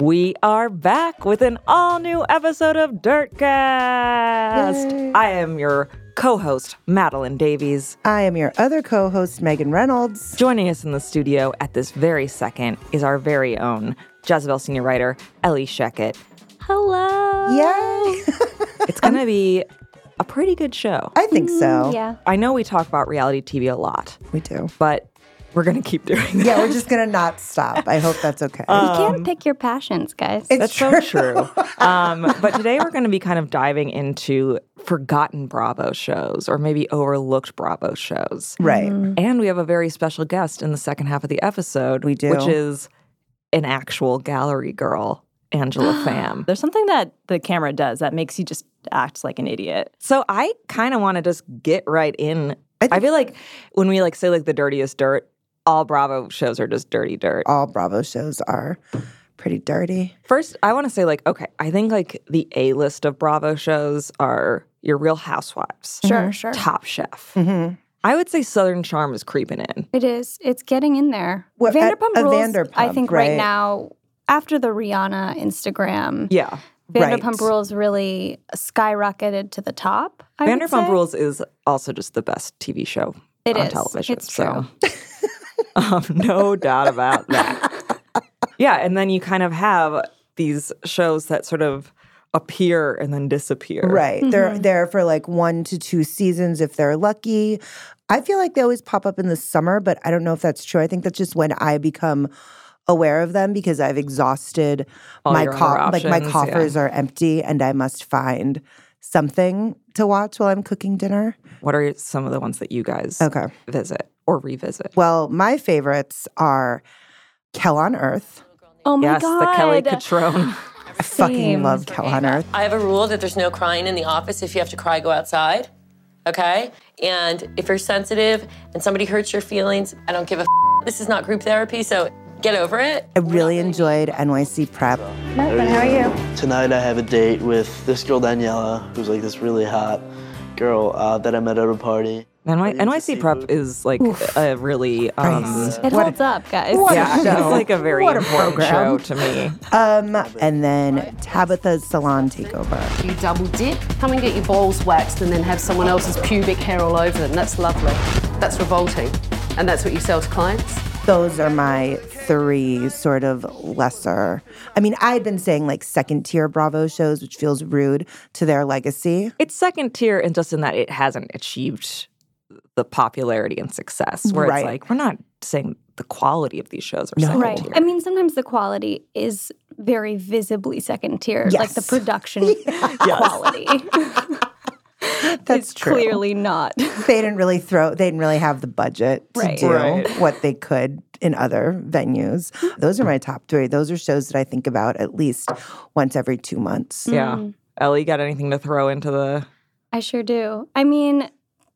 We are back with an all new episode of Dirtcast. I am your co host, Madeline Davies. I am your other co host, Megan Reynolds. Joining us in the studio at this very second is our very own Jezebel senior writer, Ellie Sheckett. Hello. Yay! It's going to be a pretty good show. I think so. Yeah. I know we talk about reality TV a lot, We do. but we're going to keep doing that. Yeah, we're just going to not stop. I hope that's okay. You Um, can't pick your passions, guys. Uh, That's so true. Um, but today we're going to be kind of diving into forgotten Bravo shows or maybe overlooked Bravo shows. right. And we have a very special guest in the second half of the episode. We do. Which is an actual gallery girl, Angela Pham. There's something that the camera does that makes you just act like an idiot. So I kind of want to just get right in. I, feel like when we like say like the dirtiest dirt, all Bravo shows are just dirty dirt. All Bravo shows are pretty dirty. First, I want to say like okay, I think like the A list of Bravo shows are your Real Housewives. sure, sure. Top Chef. I would say Southern Charm is creeping in. It is. It's getting in there. What- a- Vanderpump a Rules, I Vanderpump, think right. right now, after the Rihanna Instagram, Yeah. Right. Vanderpump Rules really skyrocketed to the top. I would Vanderpump say. Rules is also just the best TV show It on is. television. It's so um, no doubt about that. yeah, and then you kind of have these shows that sort of appear and then disappear. Right. They're there for like one to two seasons if they're lucky. I feel like they always pop up in the summer, but I don't know if that's true. I think that's just when I become aware of them because I've exhausted All my your other like my options, yeah. coffers are empty and I must find something to watch while I'm cooking dinner. What are some of the ones that you guys Okay. visit or revisit? Well, my favorites are Kel on Earth. Oh my yes, God. the Kelly Catrone. I fucking Same. love Kel on Earth. I have a rule that there's no crying in the office. If you have to cry, go outside. Okay? And if you're sensitive and somebody hurts your feelings, I don't give a f- This is not group therapy, so get over it. I really enjoyed NYC Prep. Tonight I have a date with this girl Daniela, who's like this really hot girl uh, that I met at a party. NY- NYC Prep is like a really um, It holds up, guys. yeah, it's like a very What a important program. show to me. Um, and then Tabitha's Salon Takeover. You double dip, come and get your balls waxed and then have someone else's pubic hair all over them. That's lovely. That's revolting. And that's what you sell to clients? Those are my three sort of lesser. I mean, I had been saying like second tier Bravo shows, which feels rude to their legacy. it's second tier and just in that it hasn't achieved the popularity and success where Right. it's like we're not saying the quality of these shows are second Right. tier. I mean, sometimes the quality is very visibly second tier, like the Yes. production quality. That's it's true. clearly not. They didn't really throw. They didn't really have the budget to Right. do Right. what they could in other venues. Those are my top three. Those are shows that I think about at least once every two months. yeah. Mm. Ellie got anything to throw into the I sure do. I mean,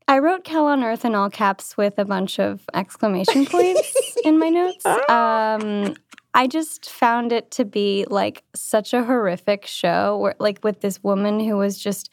I wrote Kel on Earth in all caps with a bunch of exclamation points in my notes. Um, I just found it to be like such a horrific show, where, like with this woman who was just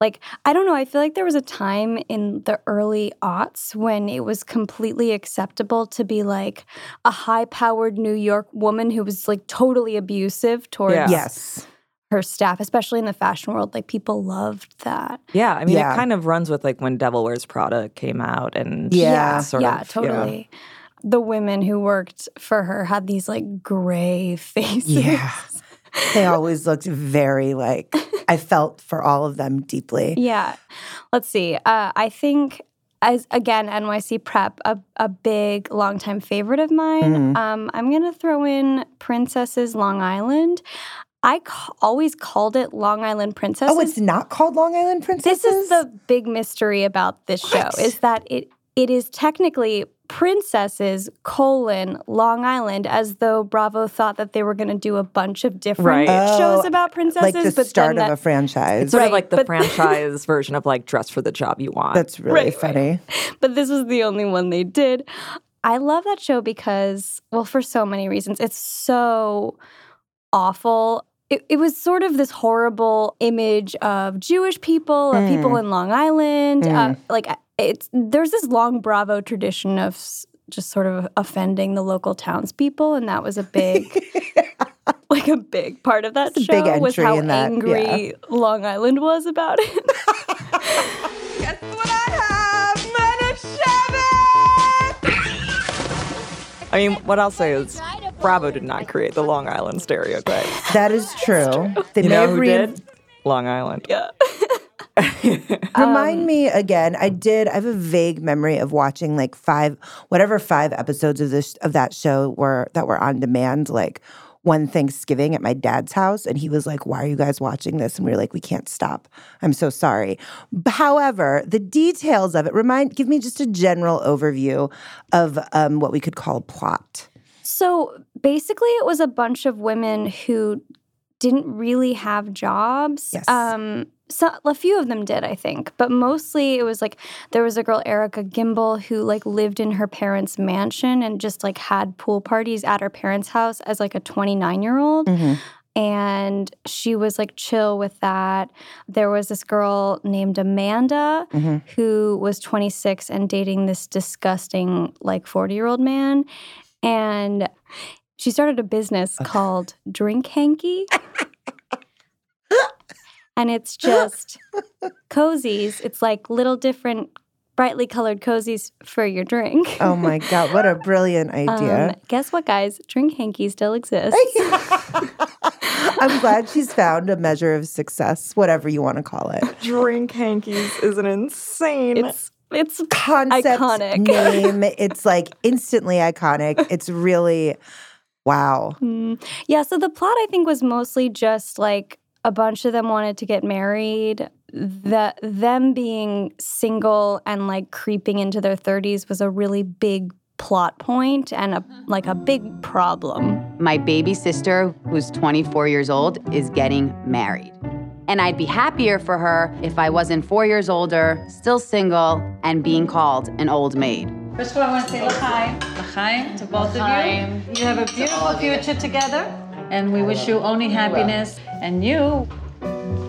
like, I don't know, I feel like there was a time in the early aughts when it was completely acceptable to be like a high powered New York woman who was like totally abusive towards Yeah. Yes. her staff, especially in the fashion world. Like people loved that. Yeah, I mean Yeah. it kind of runs with like when Devil Wears Prada came out and Yeah. that sort yeah, of- totally. The women who worked for her had these like gray faces. Yeah. They always looked very like I felt for all of them deeply. Yeah. Let's see. Uh, I think as again NYC Prep, a, a big longtime favorite of mine. Um, I'm gonna throw in Princesses Long Island. I ca- always called it Long Island Princesses. Oh, it's not called Long Island Princesses. This is the big mystery about this What? show is that it it is technically princesses colon Long Island as though Bravo thought that they were going to do a bunch of different Right. shows about princesses, Oh, like the but start then that, of a franchise. Sort of Right, like the but- franchise version of like dress for the job you want. That's really funny. but this was the only one they did. I love that show because, well, for so many reasons. It's so awful. It, it was sort of this horrible image of Jewish people or Mm. people in Long Island. Uh, like, it's there's this long Bravo tradition of s- just sort of offending the local townspeople, and that was a big like a big part of that It's a show big was entry how in that, angry Long Island was about it. Guess what I have? Murder Shabbat! I mean, what I'll say is Bravo did not create the Long Island stereotype. That is true. They You may know have who rein- did? Long Island. Yeah. Remind me again. I did. I have a vague memory of watching like five, whatever five episodes of this of that show were that were on demand. Like one Thanksgiving at my dad's house, and he was like, "Why are you guys watching this?" And we were like, "We can't stop. I'm so sorry." B- However, the details of it remind. Give me just a general overview of um, what we could call a plot. So basically, it was a bunch of women who didn't really have jobs. Yes. Um, so a few of them did, I think, but mostly it was like there was a girl Erica Gimbel who like lived in her parents' mansion and just like had pool parties at her parents' house as like a 29 year old and she was like chill with that. There was this girl named Amanda who was 26 and dating this disgusting like 40 year old man. And she started a business called Drink Hanky. and it's just cozies, it's like little different, brightly colored cozies for your drink. Oh my god! What a brilliant idea. Um, guess what, guys? Drink Hanky still exists. I'm glad she's found a measure of success, whatever you want to call it. Drink hankies is an insane. It's it's Concept Iconic. name. It's like instantly iconic. It's really wow. Mm. Yeah, so the plot I think was mostly just like a bunch of them wanted to get married. The them being single and like creeping into their 30s was a really big plot point and a like a big problem. My baby sister, who's 24 years old, is getting married. And I'd be happier for her if I wasn't four years older, still single, and being called an old maid. First of all, I want to say l'chaim, l'chaim to both of you. You have a beautiful future together, and we wish you only happiness. And you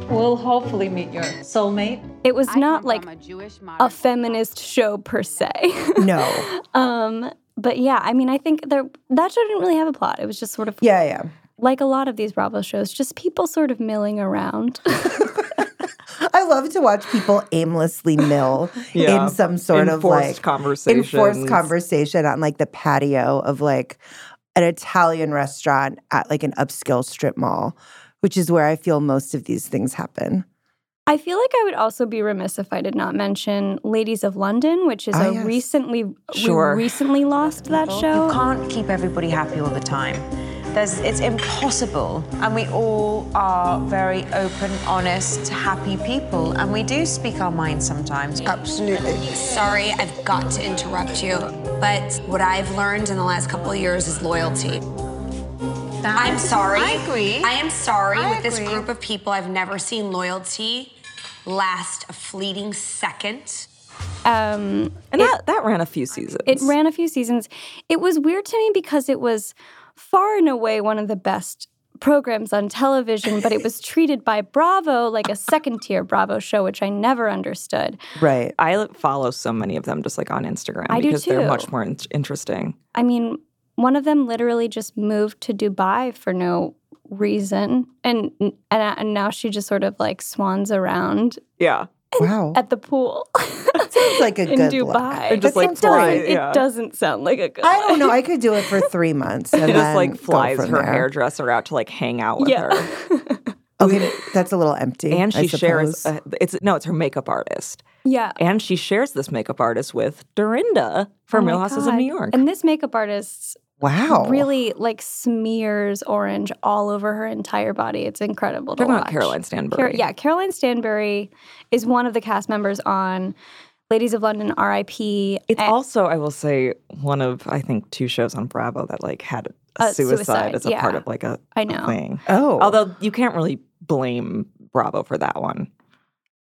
will hopefully meet your soulmate. It was not come like from a Jewish modern a feminist show per se. No. um but yeah, I mean I think there that show didn't really have a plot. It was just sort of Yeah, yeah. like a lot of these Bravo shows, just people sort of milling around. I love to watch people aimlessly mill Yeah. in some sort of Enforced like enforced conversations. conversation on like the patio of like an Italian restaurant at like an upscale strip mall, which is where I feel most of these things happen. I feel like I would also be remiss if I did not mention Ladies of London, which is Ah, a yes. recently Sure. we recently lost that You show. can't keep everybody happy all the time. There's, it's impossible. And we all are very open, honest, happy people. And we do speak our minds sometimes. Absolutely. Sorry, I've got to interrupt you, but what I've learned in the last couple of years is loyalty. I'm sorry. I agree. I am sorry I with this agree. group of people. I've never seen loyalty last a fleeting second. Um, and that, that ran a few seasons. it ran a few seasons. It was weird to me because it was far and away one of the best programs on television, but it was treated by Bravo like a second tier Bravo show, which I never understood. Right. I follow so many of them just like on Instagram I do because they're too. much more in- interesting. I mean, one of them literally just moved to Dubai for no reason, and and, and now she just sort of like swans around Yeah. Wow. at the pool. Sounds like a in good Dubai. lie. And just That like sounds great. fly. It Yeah. doesn't sound like a good. I don't know. I could do it for three months. And She then just like go flies her from there. hairdresser out to like hang out with Yeah. her. Okay, that's a little empty. And I she shares, suppose. uh, it's no, it's her makeup artist. Yeah. And she shares this makeup artist with Dorinda from Oh Real my Houses of New God. York. And this makeup artist wow. really like smears orange all over her entire body. It's incredible. Talking to about watch. Caroline Stanbury. Car- yeah, Caroline Stanbury is one of the cast members on Ladies of London R.I.P. It's and- also, I will say, one of I think two shows on Bravo that like had a A suicide, suicide, as a yeah. part of like a, I a know. thing. Oh. Although you can't really blame Bravo for that one.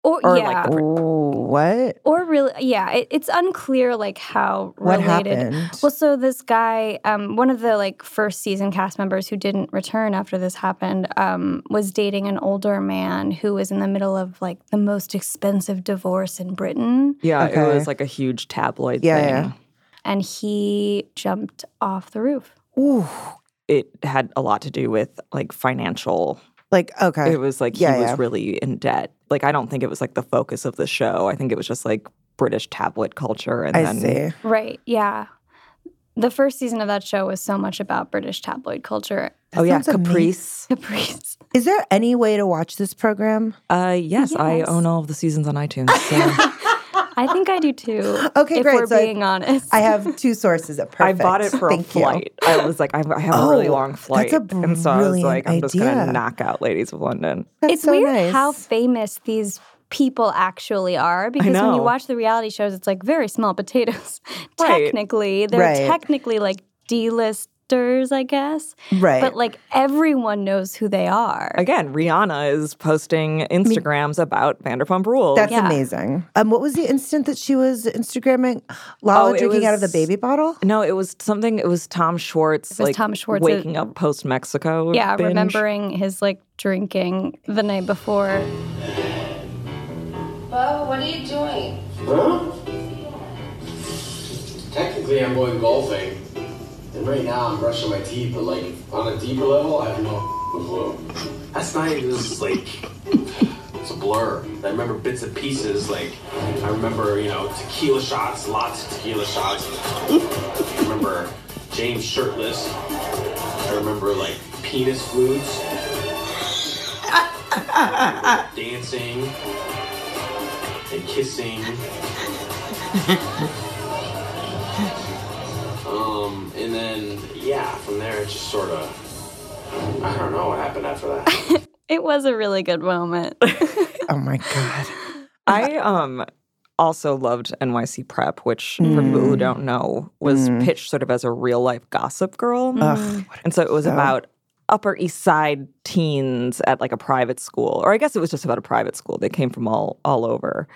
or, or, like, yeah. the- Ooh, what? or really, yeah, it, it's unclear like how What related happened? Well, so this guy, um, one of the like first season cast members who didn't return after this happened, um, was dating an older man who was in the middle of like the most expensive divorce in Britain, Yeah, it Okay. was like a huge tabloid Yeah, thing. yeah. and he jumped off the roof. Ooh, it had a lot to do with like financial. Like, okay. It was like Yeah, he yeah. was really in debt. Like, I don't think it was like the focus of the show. I think it was just like British tabloid culture. And I then see. Right. Yeah. The first season of that show was so much about British tabloid culture. Oh, yeah, Caprice. Caprice. Is there any way to watch this program? Uh, yes, I Yes. own all of the seasons on iTunes. So I think I do too. Okay, if great. We're So I- being honest. I have two sources. Perfect. I bought it for Thank a you. flight. I was like, I I have a really Oh, long that's a flight. and so I was brilliant like, I'm just going idea. to knock out Ladies of London. it's weird how famous these people actually are because when you know. watch the reality shows, it's like very small potatoes. Right. Technically, they're Right. technically like D-listers, I guess. Right. But like everyone knows who they are. Again, Rihanna is posting Instagrams about Vanderpump Rules. That's amazing. Um, what was the instant that she was Instagramming Lala Oh, it drinking out of the was- baby bottle? No, it was something. It was Tom Schwartz. It was like, Tom Schwartz, waking it- up post Mexico. yeah, binge. remembering his like drinking the night before. Bubba, what are you doing? Huh? Technically, I'm going golfing, and right now I'm brushing my teeth. But like on a deeper level, I have no clue. Last night it was like it's a blur. I remember bits and pieces. Like I remember, you know, tequila shots, lots of tequila shots. I remember James shirtless. I remember like penis flutes, dancing, and kissing. Um, and then yeah, from there it just sort of I don't know what happened after that. It was a really good moment. Oh my god. I um also loved NYC Prep, which for people who don't know was Mm. pitched sort of as a real life Gossip Girl, Mm. Ugh, and so it was show. about Upper East Side teens at like a private school, or I guess it was just about a private school. They came from all all over.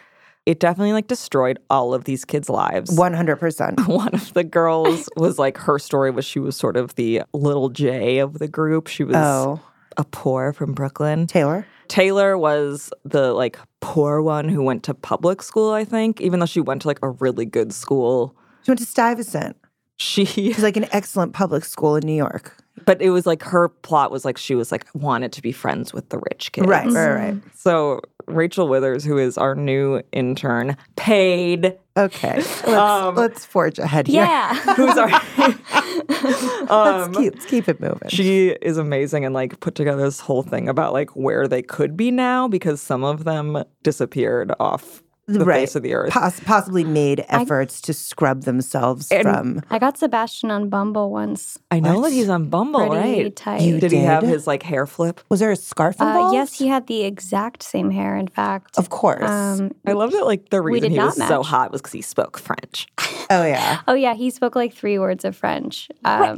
It definitely like destroyed all of these kids' lives. One hundred percent. one of the girls was like her story was she was sort of the little J of the group. She was Oh. a poor from Brooklyn. Taylor. Taylor was the like poor one who went to public school, I think, even though she went to like a really good school. She went to Stuyvesant. She She's like an excellent public school in New York. but it was like her plot was like she was like wanted to be friends with the rich kids. Right, right, right. So Rachel Withers, who is our new intern, paid. Okay. Let's, Um, let's forge ahead here. Yeah. Who's our let's, keep, let's keep it moving. She is amazing and like put together this whole thing about like where they could be now because some of them disappeared off the right. face of the earth. Poss- possibly made efforts to scrub themselves from. I got Sebastian on Bumble once. I know that he's on Bumble, Pretty right? tight. You did, he have did? his like hair flip? Was there a scarf Uh, involved? yes, he had the exact same hair, in fact. Um, Of course. I love that like the we reason he did not was so match. hot was because he spoke French. oh yeah. uh, Oh, yeah, he spoke like three words of French. Um,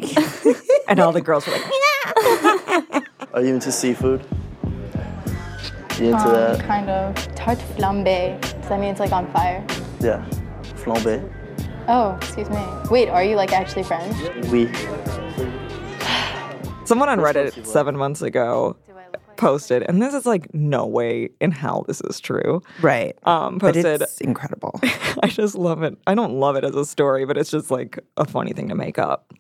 and all the girls were like, Are you into seafood? You into Um, that? Kind of tart flambe. Does that mean it's like on fire? Yeah. Flambé. Oh, excuse me. Wait, are you like actually French? We. Someone on Reddit seven months ago posted, and this is like no way in hell this is true. Right. Um, But posted. it's incredible. I just love it. I don't love it as a story, but it's just like a funny thing to make up.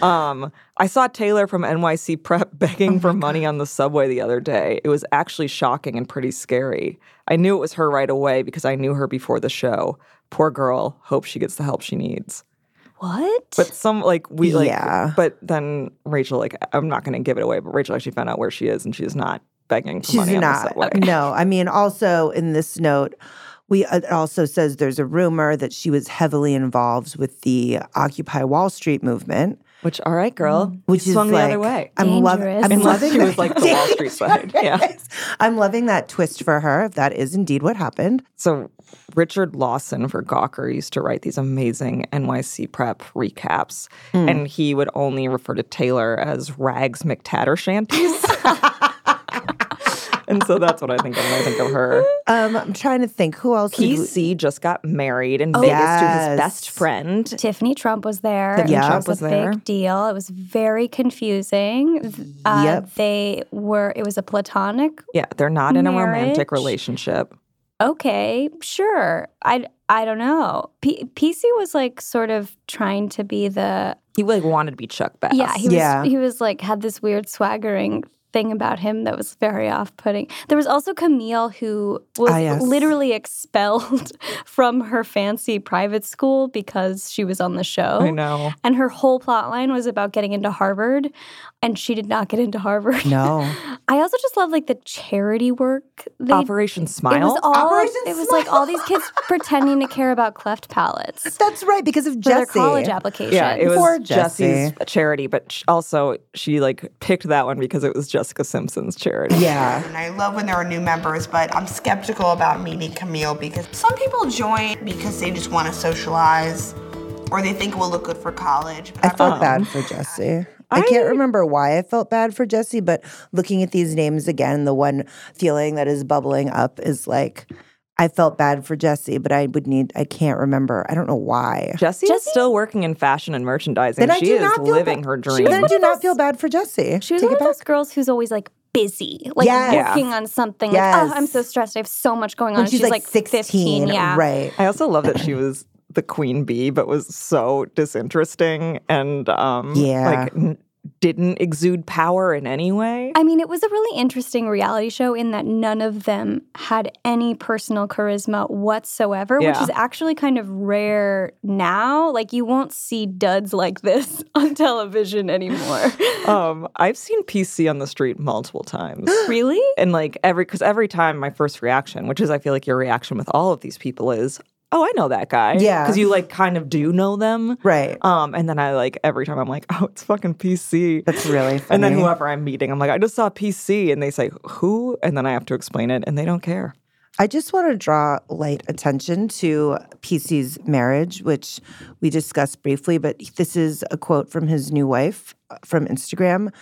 Um, I saw Taylor from NYC Prep Oh begging for money on the subway the other day. It was actually shocking and pretty scary. I knew it was her right away because I knew her before the show. Poor girl. Hope she gets the help she needs. what? But some like we like Yeah. but then Rachel like I'm not going to give it away, but Rachel actually found out where she is and she's not begging for She's money on the not. subway. No, I mean, also in this note, we uh, it also says there's a rumor that she was heavily involved with the Occupy Wall Street movement, Which all right, girl, Mm. which You is swung the like, other way. I'm, lov- Dangerous. I'm Unless loving. she was, like, the Wall Street side. Yeah. Dangerous. I'm loving that twist for her. If that is indeed what happened, So Richard Lawson for Gawker used to write these amazing NYC prep recaps, Hmm. and he would only refer to Taylor as Rags McTattershanties. and so that's what I think of when I think of her. um, I'm trying to think who else. did we- PC just got married in Oh, Vegas to yes. his best friend. Tiffany Trump was there. Tiffany which Trump was a there. Big deal. It was very confusing. Th- Uh, Yep. They were. It was a platonic. Yeah, they're not in a romantic Marriage. relationship. Okay, sure. I I don't know. P- PC was like sort of trying to be the uh, He like wanted to be Chuck Bass. Yeah, he was he was like had this weird swaggering thing about him that was very off-putting. There was also Camille who was Ah, yes. literally expelled from her fancy private school because she was on the show. I know. And her whole plot line was about getting into Harvard and she did not get into Harvard. No. I also just love like the charity work. They, Operation It was Smile? all. Operation it was like all these kids pretending to care about cleft palettes. That's right, because of their Jessie. college application. Yeah, it was Poor Jesse's Jessie. charity, but sh- also she like picked that one because it was Jessica Simpson's charity. And I love when there are new members, but I'm skeptical about meeting Camille because some people join because they just want to socialize or they think it will look good for college. But I felt bad for Jesse. I can't remember why I felt bad for Jesse, but looking at these names again, the one feeling that is bubbling up is like, I felt bad for Jesse, but I would need, I can't remember. I don't know why. Jesse, is still working in fashion and merchandising. Then I she do is not feel ba- living her She dream. was one of those- feel bad for Jesse. She was one of those girls who's always like busy, like Yes. Yeah. working on something. Yes. Like, oh, I'm so stressed. I have so much going on. When she's, like, 15. Yeah. I also love that she was the queen bee, but was so disinteresting and um, Yeah. like n- didn't exude power in any way. I mean, it was a really interesting reality show in that none of them had any personal charisma whatsoever, which Yeah. is actually kind of rare now. Like, you won't see duds like this on television anymore. um, I've seen PC on the street multiple times. really? And like every, because every time my first reaction, which is I feel like your reaction with all of these people is, oh, I know that guy. Yeah. Because you like kind of do know them. Right. Um, and then I like every time I'm like, oh, it's fucking PC. That's really funny. And then whoever I'm meeting, I'm like, I just saw PC. And they say, who? And then I have to explain it and they don't care. I just want to draw light attention to PC's marriage, which we discussed briefly, but this is a quote from his new wife uh, from Instagram.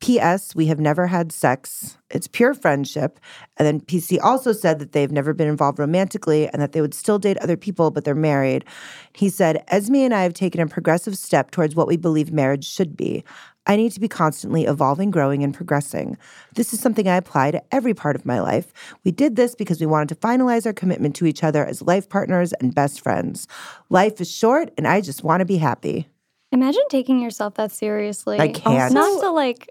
P.S. We have never had sex. It's pure friendship. And then PC also said that they've never been involved romantically and that they would still date other people, but they're married. He said, Esme and I have taken a progressive step towards what we believe marriage should be. I need to be constantly evolving, growing, and progressing. This is something I apply to every part of my life. We did this because we wanted to finalize our commitment to each other as life partners and best friends. Life is short, and I just want to be happy. Imagine taking yourself that seriously. I can't. Not to like,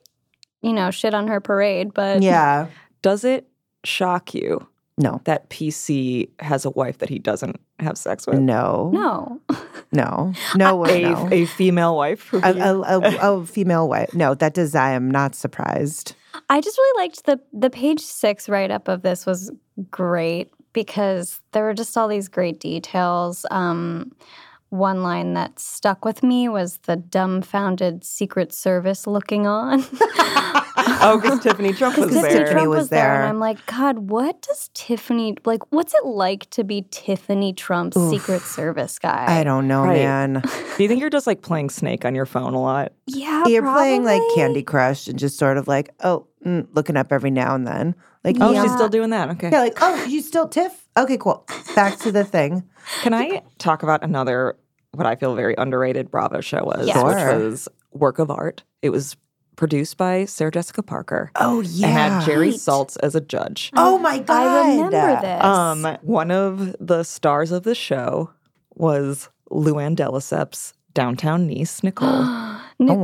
you know, shit on her parade, but Does it shock you? No. That PC has a wife that he doesn't have sex with? No. No. No, no, a, no. a female wife. who A, he- a, a- a female wife. No, that does. I am not surprised. I just really liked the the page six write up of this was great because there were just all these great details. Um, one line that stuck with me was the dumbfounded Secret Service looking on. oh, because Tiffany Trump was Because there. Tiffany Trump was there. and I'm like, God, what does Tiffany like? What's it like to be Tiffany Trump's Oof. Secret Service guy? I don't know, Right. man. Do you think you're just like playing Snake on your phone a lot? Yeah, you're playing like Candy Crush and just sort of like, oh, mm, looking up every now and then. Like, oh, yeah. she's still doing that. Okay. Yeah, like, oh, you still Tiff? Okay, cool. Back to the thing. Can I talk about another what I feel very underrated Bravo show was, Yeah. which Sure. was Work of Art. It was produced by Sarah Jessica Parker. Oh, And yeah. had Jerry Right. Saltz as a judge. Oh my god! I remember this. Um, one of the stars of the show was Luann Deliceps, downtown niece Nicole. oh, Nicole,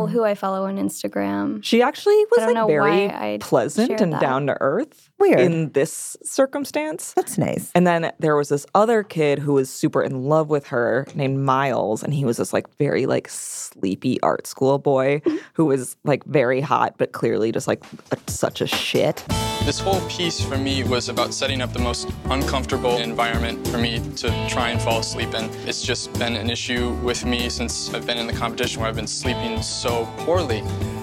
wow. who I follow on Instagram. She actually I was don't know like very why I pleasant shared and that. down to earth. Weird. in this circumstance. That's nice. And then there was this other kid who was super in love with her named Miles, and he was this like very like sleepy art school boy Mm-hmm. who was like very hot, but clearly just like a, such a shit. This whole piece for me was about setting up the most uncomfortable environment for me to try and fall asleep in. It's just been an issue with me since I've been in the competition where I've been sleeping so poorly.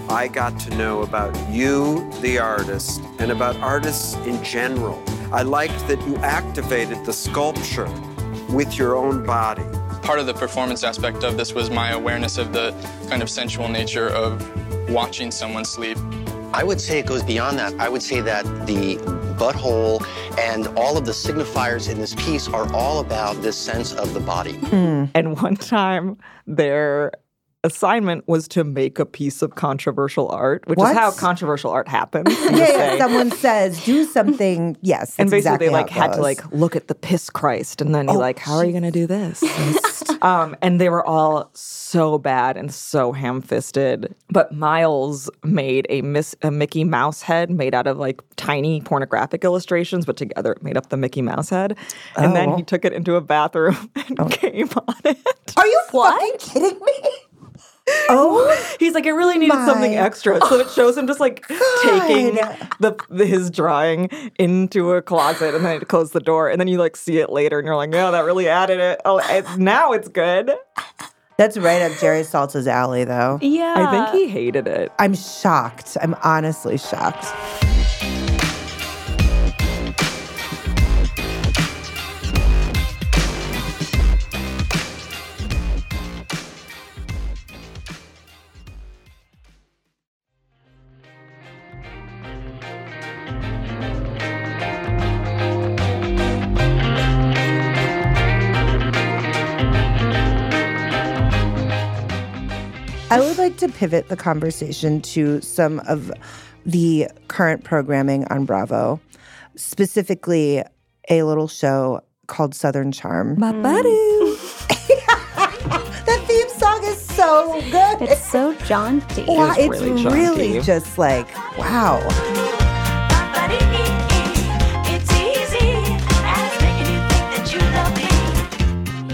I got to know about you, the artist, and about artists in general. I liked that you activated the sculpture with your own body. Part of the performance aspect of this was my awareness of the kind of sensual nature of watching someone sleep. I would say it goes beyond that. I would say that the butthole and all of the signifiers in this piece are all about this sense of the body. And one time, their assignment was to make a piece of controversial art, which is What? how controversial art happens. yeah, yeah, someone says do something. Yes, and that's basically exactly they like how it Oh, had to goes. like look at the piss Christ, and then you're like, how are you going to do this? um, and they were all so bad and so ham-fisted. But Miles made a Miss a Mickey Mouse head made out of like tiny pornographic illustrations, but together it made up the Mickey Mouse head. And then Oh. he took it into a bathroom and came on it. Are you fucking kidding me? Oh, he's like, I really needed something extra, so it shows him just like taking the, the his drawing into a closet, and then it closed the door, and then you like see it later, and you're like, oh, that really added it. Oh, it's, now it's good. That's right up Jerry Salta's alley, though. Yeah. I Ah. think he hated it. I'm shocked. I'm honestly shocked. I would like to pivot the conversation to some of the current programming on Bravo, specifically a little show called Southern Charm. My buddy. that theme song is so good. It's so jaunty. Wow, It it's is really really, jaunty. just like, wow.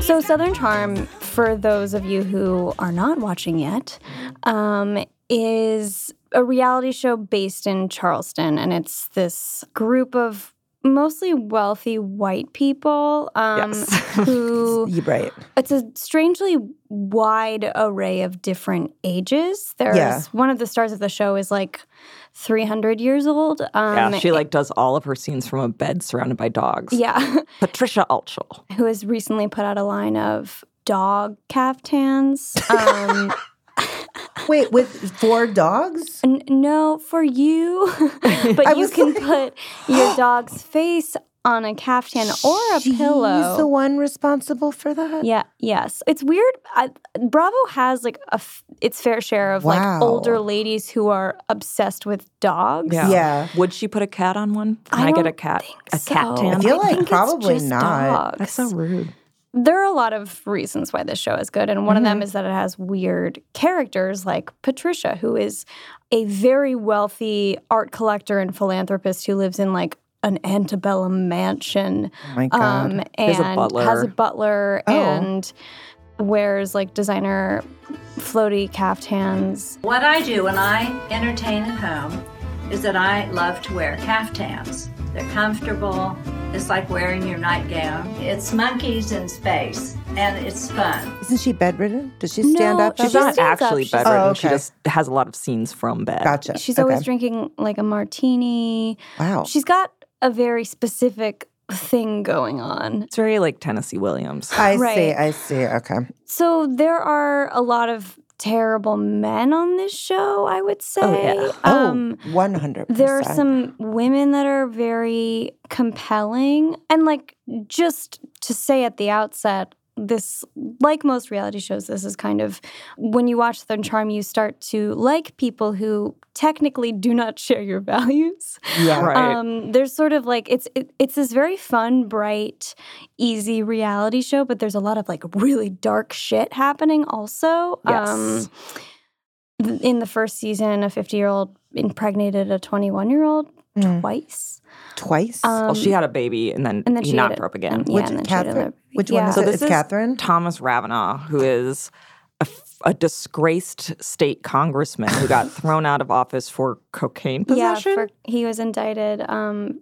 So, Southern Charm, for those of you who are not watching yet, um, is a reality show based in Charleston. And it's this group of mostly wealthy white people um, who. You're right. It's a strangely wide array of different ages. There's Yeah. one of the stars of the show is like 300 years old. Um, yeah, she like does all of her scenes from a bed surrounded by dogs. Yeah. Patricia Altschul. who has recently put out a line of dog caftans. Um, Wait, with four dogs? N- no, for you. but you can put your dog's face on a caftan or a pillow. He's the one responsible for that? Yeah. Yes. It's weird. I, Bravo has like a f- its fair share of Wow. like older ladies who are obsessed with dogs. Would she put a cat on one? Can I I, get a don't cat? A so. cat tan? I feel like I think it's probably just not. That's so rude. There are a lot of reasons why this show is good, and one of Mm-hmm. them is that it has weird characters like Patricia, who is a very wealthy art collector and philanthropist who lives in like an antebellum mansion. um, Oh my God. and There's a butler. has a butler Oh. and wears like designer floaty caftans. What I do when I entertain at home is that I love to wear caftans. They're comfortable. It's like wearing your nightgown. It's monkeys in space, and it's fun. Isn't she bedridden? Does she stand No, up? she She's not stands up. actually She's- bedridden. Oh, She okay. just has a lot of scenes from bed. Gotcha. She's always drinking like a martini. Wow. She's got a very specific thing going on. It's very like Tennessee Williams. I see. Right. I see. Okay. So there are a lot of terrible men on this show, I would say. Um, oh, 100%. there are some women that are very compelling. And, like, just to say at the outset, this, like most reality shows, this is kind of when you watch Southern Charm, you start to like people who technically do not share your values. Yeah. Right. Um, there's sort of like it's it, it's this very fun, bright, easy reality show, but there's a lot of like really dark shit happening also. Yes. Um, th- in the first season, a 50 year old impregnated a 21 year old Mm. twice. Twice? well, she um, had a baby and then, and then she he knocked had her up a- again. um, yeah, Which- and then she had Catherine- another- which one yeah. is so it? this It's is Catherine? Thomas Ravena, who is a, f- a disgraced state congressman who got thrown out of office for cocaine possession. Yeah, Uh, for, he was indicted um,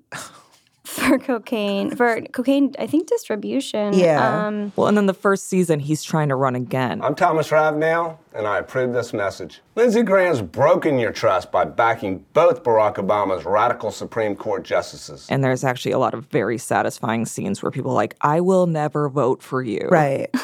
for cocaine, for cocaine, I think distribution. Um, well, and then the first season, he's trying to run again. I'm Thomas Ravnow, and I approve this message. Lindsey Graham's broken your trust by backing both Barack Obama's radical Supreme Court justices. And there's actually a lot of very satisfying scenes where people are like, I will never vote for you. Right.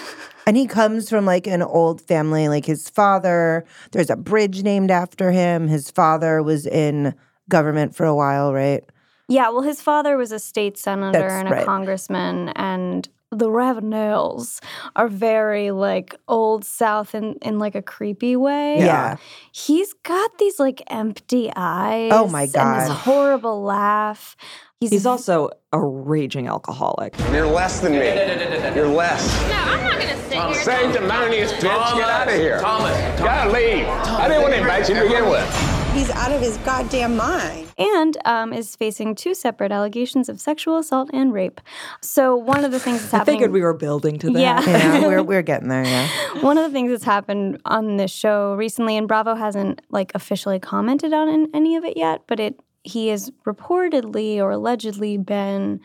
And he comes from like an old family, like his father. There's a bridge named after him. His father was in government for a while, right? yeah, well, his father was a state senator That's and a right. congressman, and the Ravenels are very like old South in, in like a creepy way. Yeah. He's got these like empty eyes. Oh, my And God. this horrible laugh. He's, He's also a raging alcoholic. You're less than me. You're less. No, I'm not gonna sit here. Sanctimonious bitch, get out of here. Thomas, Gotta leave. I didn't want to invite you to begin with. He's out of his goddamn mind. and um, is facing two separate allegations of sexual assault and rape. So one of the things that's I happening. figured we were building to that. Yeah. yeah, we're we're getting there. Yeah. One of the things that's happened on this show recently, and Bravo hasn't like officially commented on in, any of it yet, but it he has reportedly or allegedly been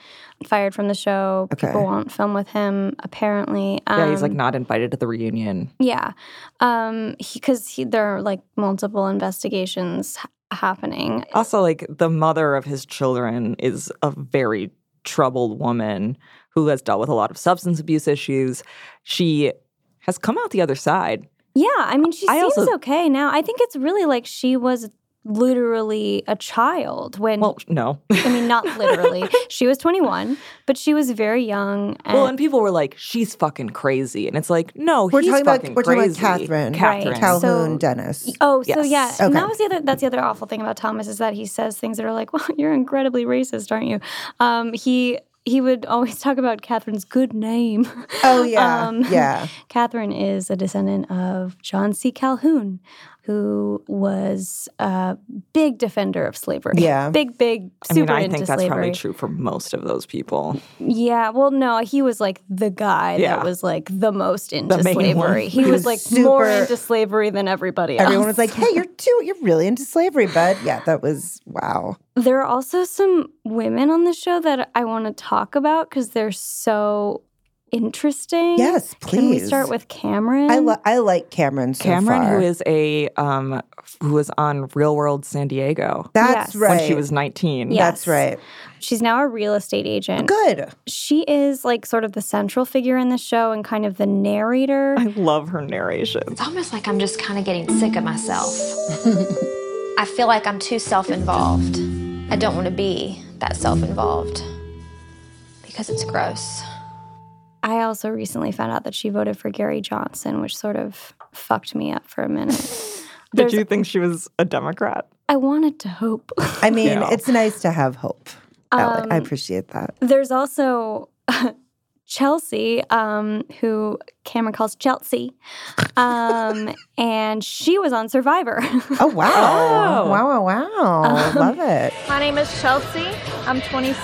fired from the show. Okay. People won't film with him apparently. yeah, he's like Um, not invited to the reunion. yeah, um, because he, there are like multiple investigations ha- happening. Also, like the mother of his children is a very troubled woman who has dealt with a lot of substance abuse issues. She has come out the other side. Yeah, I mean, she I seems also- okay now. I think it's really like she was literally a child when Well, no. I mean, not literally. she was 21, but she was very young. And, well, and people were like, "She's fucking crazy," and it's like, "No, Mm. We're he's talking about fucking we're crazy." talking about Catherine, Catherine, Calhoun, Dennis. oh, so yeah, Yes. and Okay. that was the other. That's the other awful thing about Thomas is that he says things that are like, "Well, you're incredibly racist, aren't you?" Um, he he would always talk about Catherine's good name. Oh yeah, um, yeah. Catherine is a descendant of John C. Calhoun, who was a big defender of slavery. Yeah. big, big, I mean, super I into think that's slavery. probably true for most of those people. Yeah, well, no, he was like the guy Yeah. that was like the most into main slavery. one. He He was was like more super- into slavery than everybody else. Everyone was like, "Hey, you're too. You're really into slavery, bud." Yeah, that was wow. There are also some women on the show that I want to talk about because they're so interesting. Yes, Can we please. start with Cameron? I li- I like Cameron so Mm. Cameron, far. who is a um, who was on Real World San Diego. That's Yes. When she right. was nineteen. That's Yes. right. She's now a real estate agent. Good. She is like sort of the central figure in the show and kind of the narrator. I love her narration. It's almost like I'm just kind of getting sick of myself. I feel like I'm too self involved. I don't want to be that self involved because it's gross. I also recently found out that she voted for Gary Johnson, which sort of fucked me up for a minute. Did There's- you think she was a Democrat? I wanted to hope. I mean, it's nice to have hope. Alec. I Um, appreciate that. There's also Chelsea, um, who Cameron calls Chelsea, um, and she was on Survivor. Oh wow! Oh. Wow! Wow! Wow! Um, Love it. My name is Chelsea. I'm 26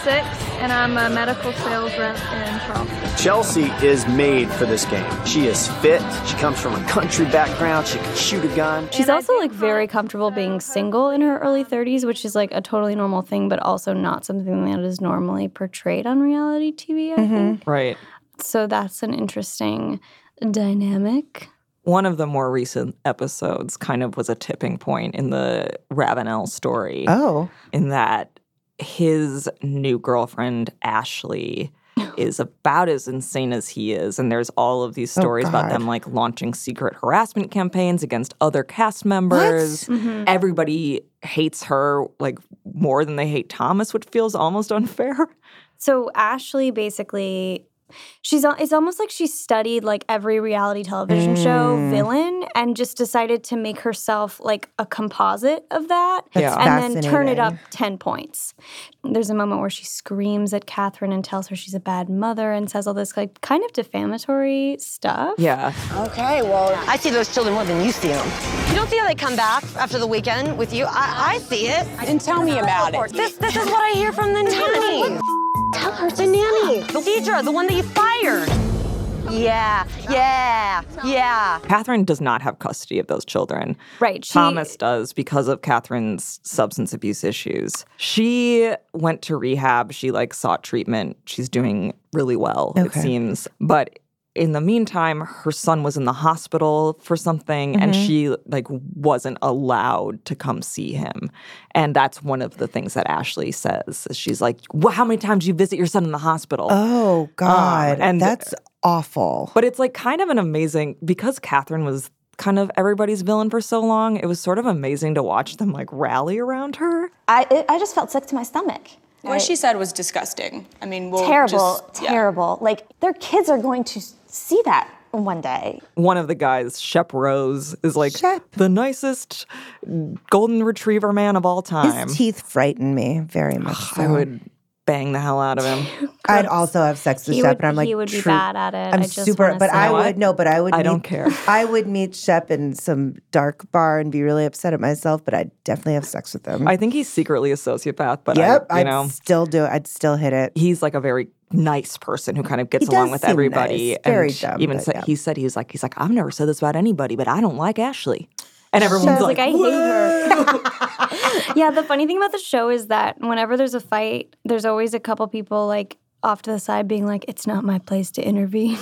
and I'm a medical sales rep in Charleston. Chelsea is made for this game. She is fit. She comes from a country background. She can shoot a gun. She's also like very comfortable being single in her early 30s, which is like a totally normal thing, but also not something that is normally portrayed on reality TV, I think. Right. So that's an interesting dynamic. One of the more recent episodes kind of was a tipping point in the Ravenel story. Oh. In that his new girlfriend, Ashley, is about as insane as he is. And there's all of these Oh, stories about God. them like launching secret harassment campaigns against other cast members. Mm-hmm. Mhm. Everybody hates her like more than they hate Thomas, which feels almost unfair. So Ashley basically she's al- it's almost like she studied like every reality television show Mm. villain and just decided to make herself like a composite of that That's Yeah. and then turn it up fascinating. 10 points. There's a moment where she screams at Catherine and tells her she's a bad mother and says all this like kind of defamatory stuff. Yeah. Okay, well, I see those children more than you see them. You don't see how they come back after the weekend with you? I, I see it. And tell me about it. This, this is what I hear from the nanny. Tell her the nanny. The teacher, the one that you fired. Yeah, yeah, yeah. Catherine does not have custody of those children. Right. Thomas does because of Catherine's substance abuse issues. She went to rehab. She like sought treatment. She's doing really well, it Okay. seems. But in the meantime, her son was in the hospital for something and Mhm. she like wasn't allowed to come see him. And that's one of the things that Ashley says. is She's like, well, how many times do you visit your son in the hospital? Oh God! and that's awful. But it's like kind of an amazing because Catherine was kind of everybody's villain for so long. It was sort of amazing to watch them like rally around her. I, it, I just felt sick to my stomach. What she said was disgusting. I mean, we'll terrible, just- yeah. terrible. Like their kids are going to s- see that one day. One of the guys, Shep Rose, is like the nicest golden retriever man of all time. His teeth frighten me very much. Ah, I would bang the hell out of him. I'd also have sex with He Shep, would- and I'm like, he would be true- bad at it. I'm I just super, wanna but say- I You know would what? no, but I would. I don't meet- care. I would meet Shep in some dark bar and be really upset at myself, but I'd definitely have sex with him. I think he's secretly a sociopath, but yep, I, you know, would still do. it. I'd still hit it. He's like a very nice person who kind of gets He along does with seem everybody. nice. Very and dumb, even but said, yeah. he said he was like he's like I've never said this about anybody, but I don't like Ashley, and everyone's like, I hate "What?" her. yeah, the funny thing about the show is that whenever there's a fight, there's always a couple people like off to the side being like, "It's not my place to intervene."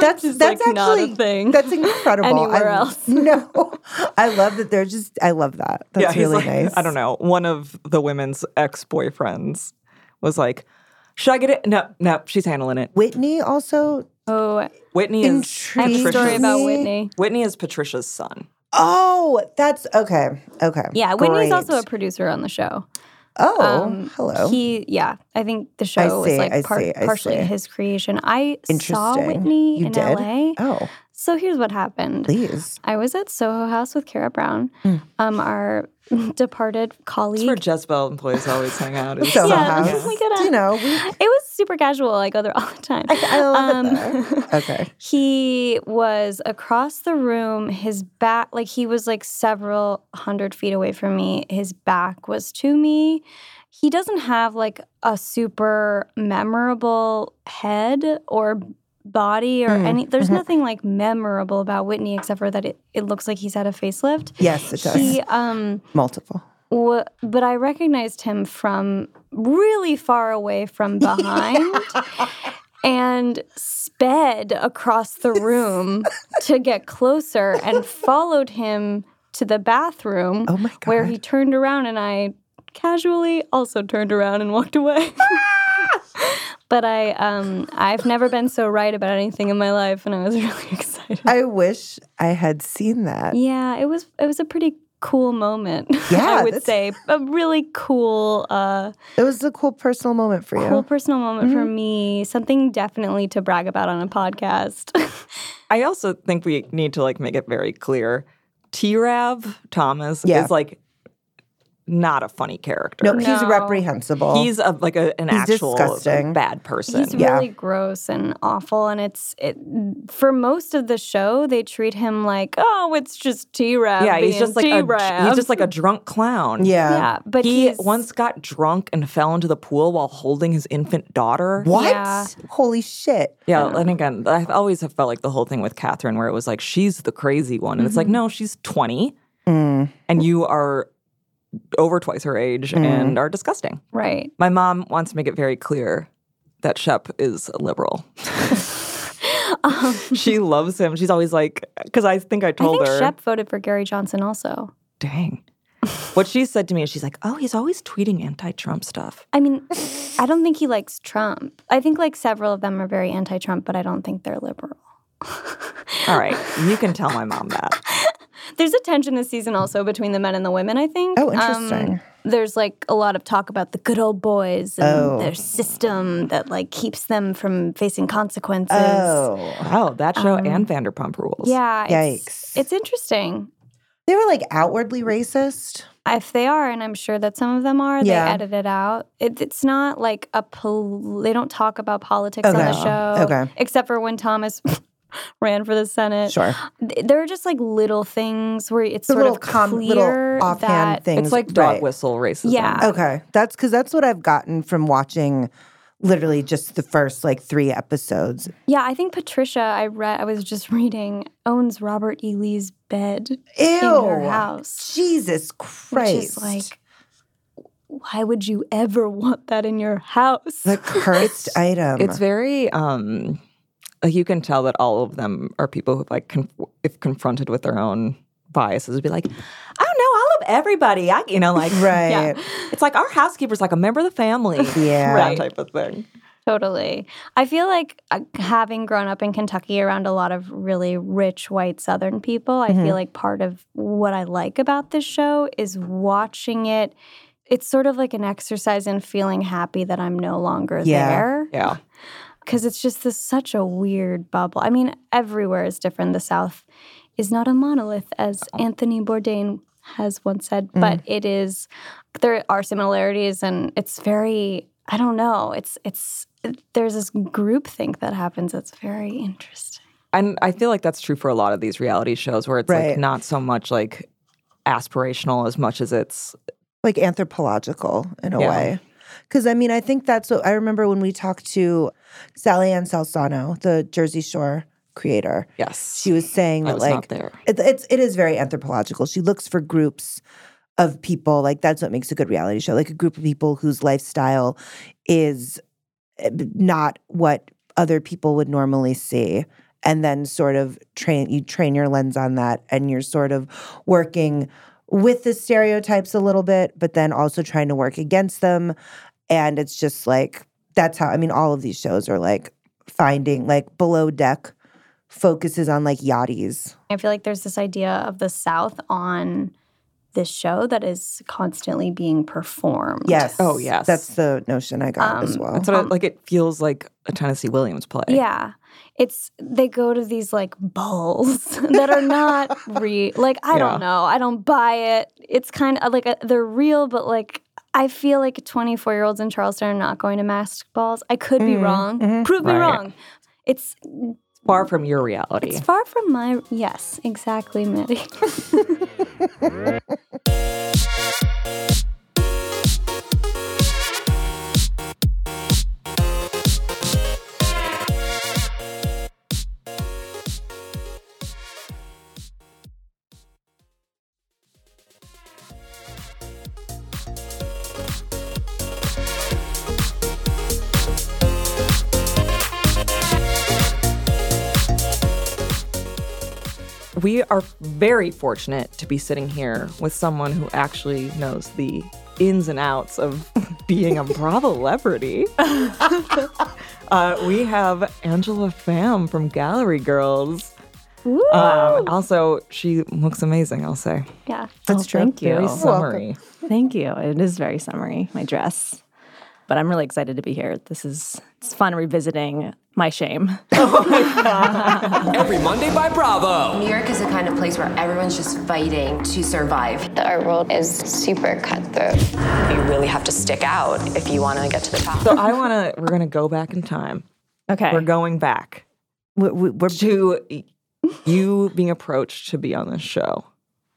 That's that's like, not a actually thing That's incredible. anywhere I, else. No, I love that. They're just. I love that. That's yeah, he's really like- nice. I don't know. One of the women's ex boyfriends was like, "Should I get it? No, no, she's handling it." Whitney also. Oh, Whitney is Intrigued Patricia's- story about Whitney. Whitney is Patricia's son. Oh, that's okay. Okay. yeah, Whitney's Great. also a producer on the show. Um, Oh, hello. He, yeah, I think the show I was see, like I par- see, I partially see. his creation. I saw Interesting. Whitney You in did? LA. Oh. So here's what happened. Please. Hmm. I was at Soho House with Kara Brown, um, our departed colleague. That's where Jezebel employees always hang out. is- yeah, we gotta. You know, it was super casual. I go there all the time. I, love um, Okay. He was across the room. His back, like he was like several hundred feet away from me. His back was to me. He doesn't have like a super memorable head or body or Mm, any. There's mhm. nothing like memorable about Whitney except for that it, it looks like he's had a facelift. Yes, it does. He um. Multiple. Wha but I recognized him from really far away from behind and sped across the room to get closer and followed him to the bathroom where he turned around and I casually also turned around and walked away. but I um I've never been so right about anything in my life and I was really excited. I wish I had seen that. Yeah, it was it was a pretty cool moment. Yeah, I would say a really cool, uh, It was a cool personal moment for you. cool personal moment for Mm-hmm. Mhm. me. Something definitely to brag about on a podcast. I also think we need to like make it very clear. T. Rav Thomas Yeah. is like not a funny character. No, he's reprehensible. He's a, like a, an He's actual disgusting. bad person. He's really gross and awful, and it's it for most of the show they treat him like, oh, it's just T. Rav. yeah, he's being just like a, T-Rav." he's just like a drunk clown. Yeah. Yeah, but he he's- once got drunk and fell into the pool while holding his infant daughter. What? Holy shit. Yeah, and again, I have always have felt like the whole thing with Catherine, where it was like she's the crazy one, and it's like no, Mhm. she's twenty, Mm. and you are over twice her age Mm. and are disgusting. Right. My mom wants to make it very clear that Shep is a liberal. she loves him. She's always like, because I think I I told think her. Shep voted for Gary Johnson also. Dang. what she said to me is, she's like, oh, he's always tweeting anti-Trump stuff. I mean, I don't think he likes Trump. I think like several of them are very anti-Trump, but I don't think they're liberal. All right, you can tell my mom that. There's a tension this season also between the men and the women, I think. Oh, Um, interesting. there's like a lot of talk about the good old boys and Oh. their system that like keeps them from facing consequences. Oh. wow, Oh, that show Um, and Vanderpump Rules. Yeah. It's, it's interesting. They were like outwardly racist. If they are, and I'm sure that some of them are, Yeah. they edit it out. It, it's not like a pol- they don't talk about politics on Okay. the show, Okay. except for when Thomas ran for the Senate. Sure. Th- there are just like little things where it's The sort little of com- clear little offhand that things. Oh, right. whistle racism. Yeah. Okay. That's because that's what I've gotten from watching literally just the first like three episodes. Yeah, I think Patricia. I read. I was just reading. Owns Robert E. Lee's bed in her Ew. house. Jesus Christ. Which is like, why would you ever want that in your house? The cursed item. It's very um like you can tell that all of them are people who like conf- if confronted with their own biases would be like, I don't know, I love everybody. I you know like Right. yeah. It's like our housekeeper's like a member of the family. Yeah. That type of thing. Totally. I feel like uh, having grown up in Kentucky around a lot of really rich white Southern people, I Mhm. feel like part of what I like about this show is watching it it's sort of like an exercise in feeling happy that I'm no longer Yeah. there. Yeah. Because it's just this such a weird bubble. I mean, everywhere is different. The South is not a monolith, as Anthony Bourdain has once said, Mm. but it is. There are similarities, and it's very. I don't know. It's it's. There's this groupthink that happens. That's very interesting. And I feel like that's true for a lot of these reality shows where it's Right. like not so much like aspirational as much as it's like anthropological in a Yeah. way. Because I mean, I think that's what I remember when we talked to Sally Ann Salzano, the Jersey Shore creator. Yes, she was saying I that was like not there. It, it's it is very anthropological. She looks for groups of people. Like that's what makes a good reality show. Like a group of people whose lifestyle is eh, b- not what other people would normally see. And then sort of train you train your lens on that, and you're sort of working with the stereotypes a little bit, but then also trying to work against them. And it's just like that's how I mean, all of these shows are like finding like below deck focuses on like yachties. I feel like there's this idea of the South on this show that is constantly being performed. Yes. Oh, yes. Um, That's the notion I got as well. That's what I, like it feels like a Tennessee Williams play. Yeah. It's they go to these like bowls that are not re like I Yeah. don't know. I don't buy it. It's kind of like a, they're real but like I feel like 24-year-olds in Charleston are not going to masked balls. I could be Mhm, wrong. mhm. Prove me Right. wrong. It's Far from your reality. it's far from my yes, exactly, Maddie. We are very fortunate to be sitting here with someone who actually knows the ins and outs of being a Bravo celebrity. uh, we have Angela Pham from Gallery Girls. Um, also, she looks amazing, I'll say. Yeah. That's true. Oh, Thank you. Very You're summary. Thank you. It is very summary, my dress. But I'm really excited to be here. This is it's fun revisiting my shame. Every Monday by Oh Bravo. New York is the kind of place where everyone's just fighting to survive. The art world is super cutthroat. You really have to stick out if you want to get to the top. So I want to. We're going to go back in time. Okay. We're going back. We're, we're to you being approached to be on this show.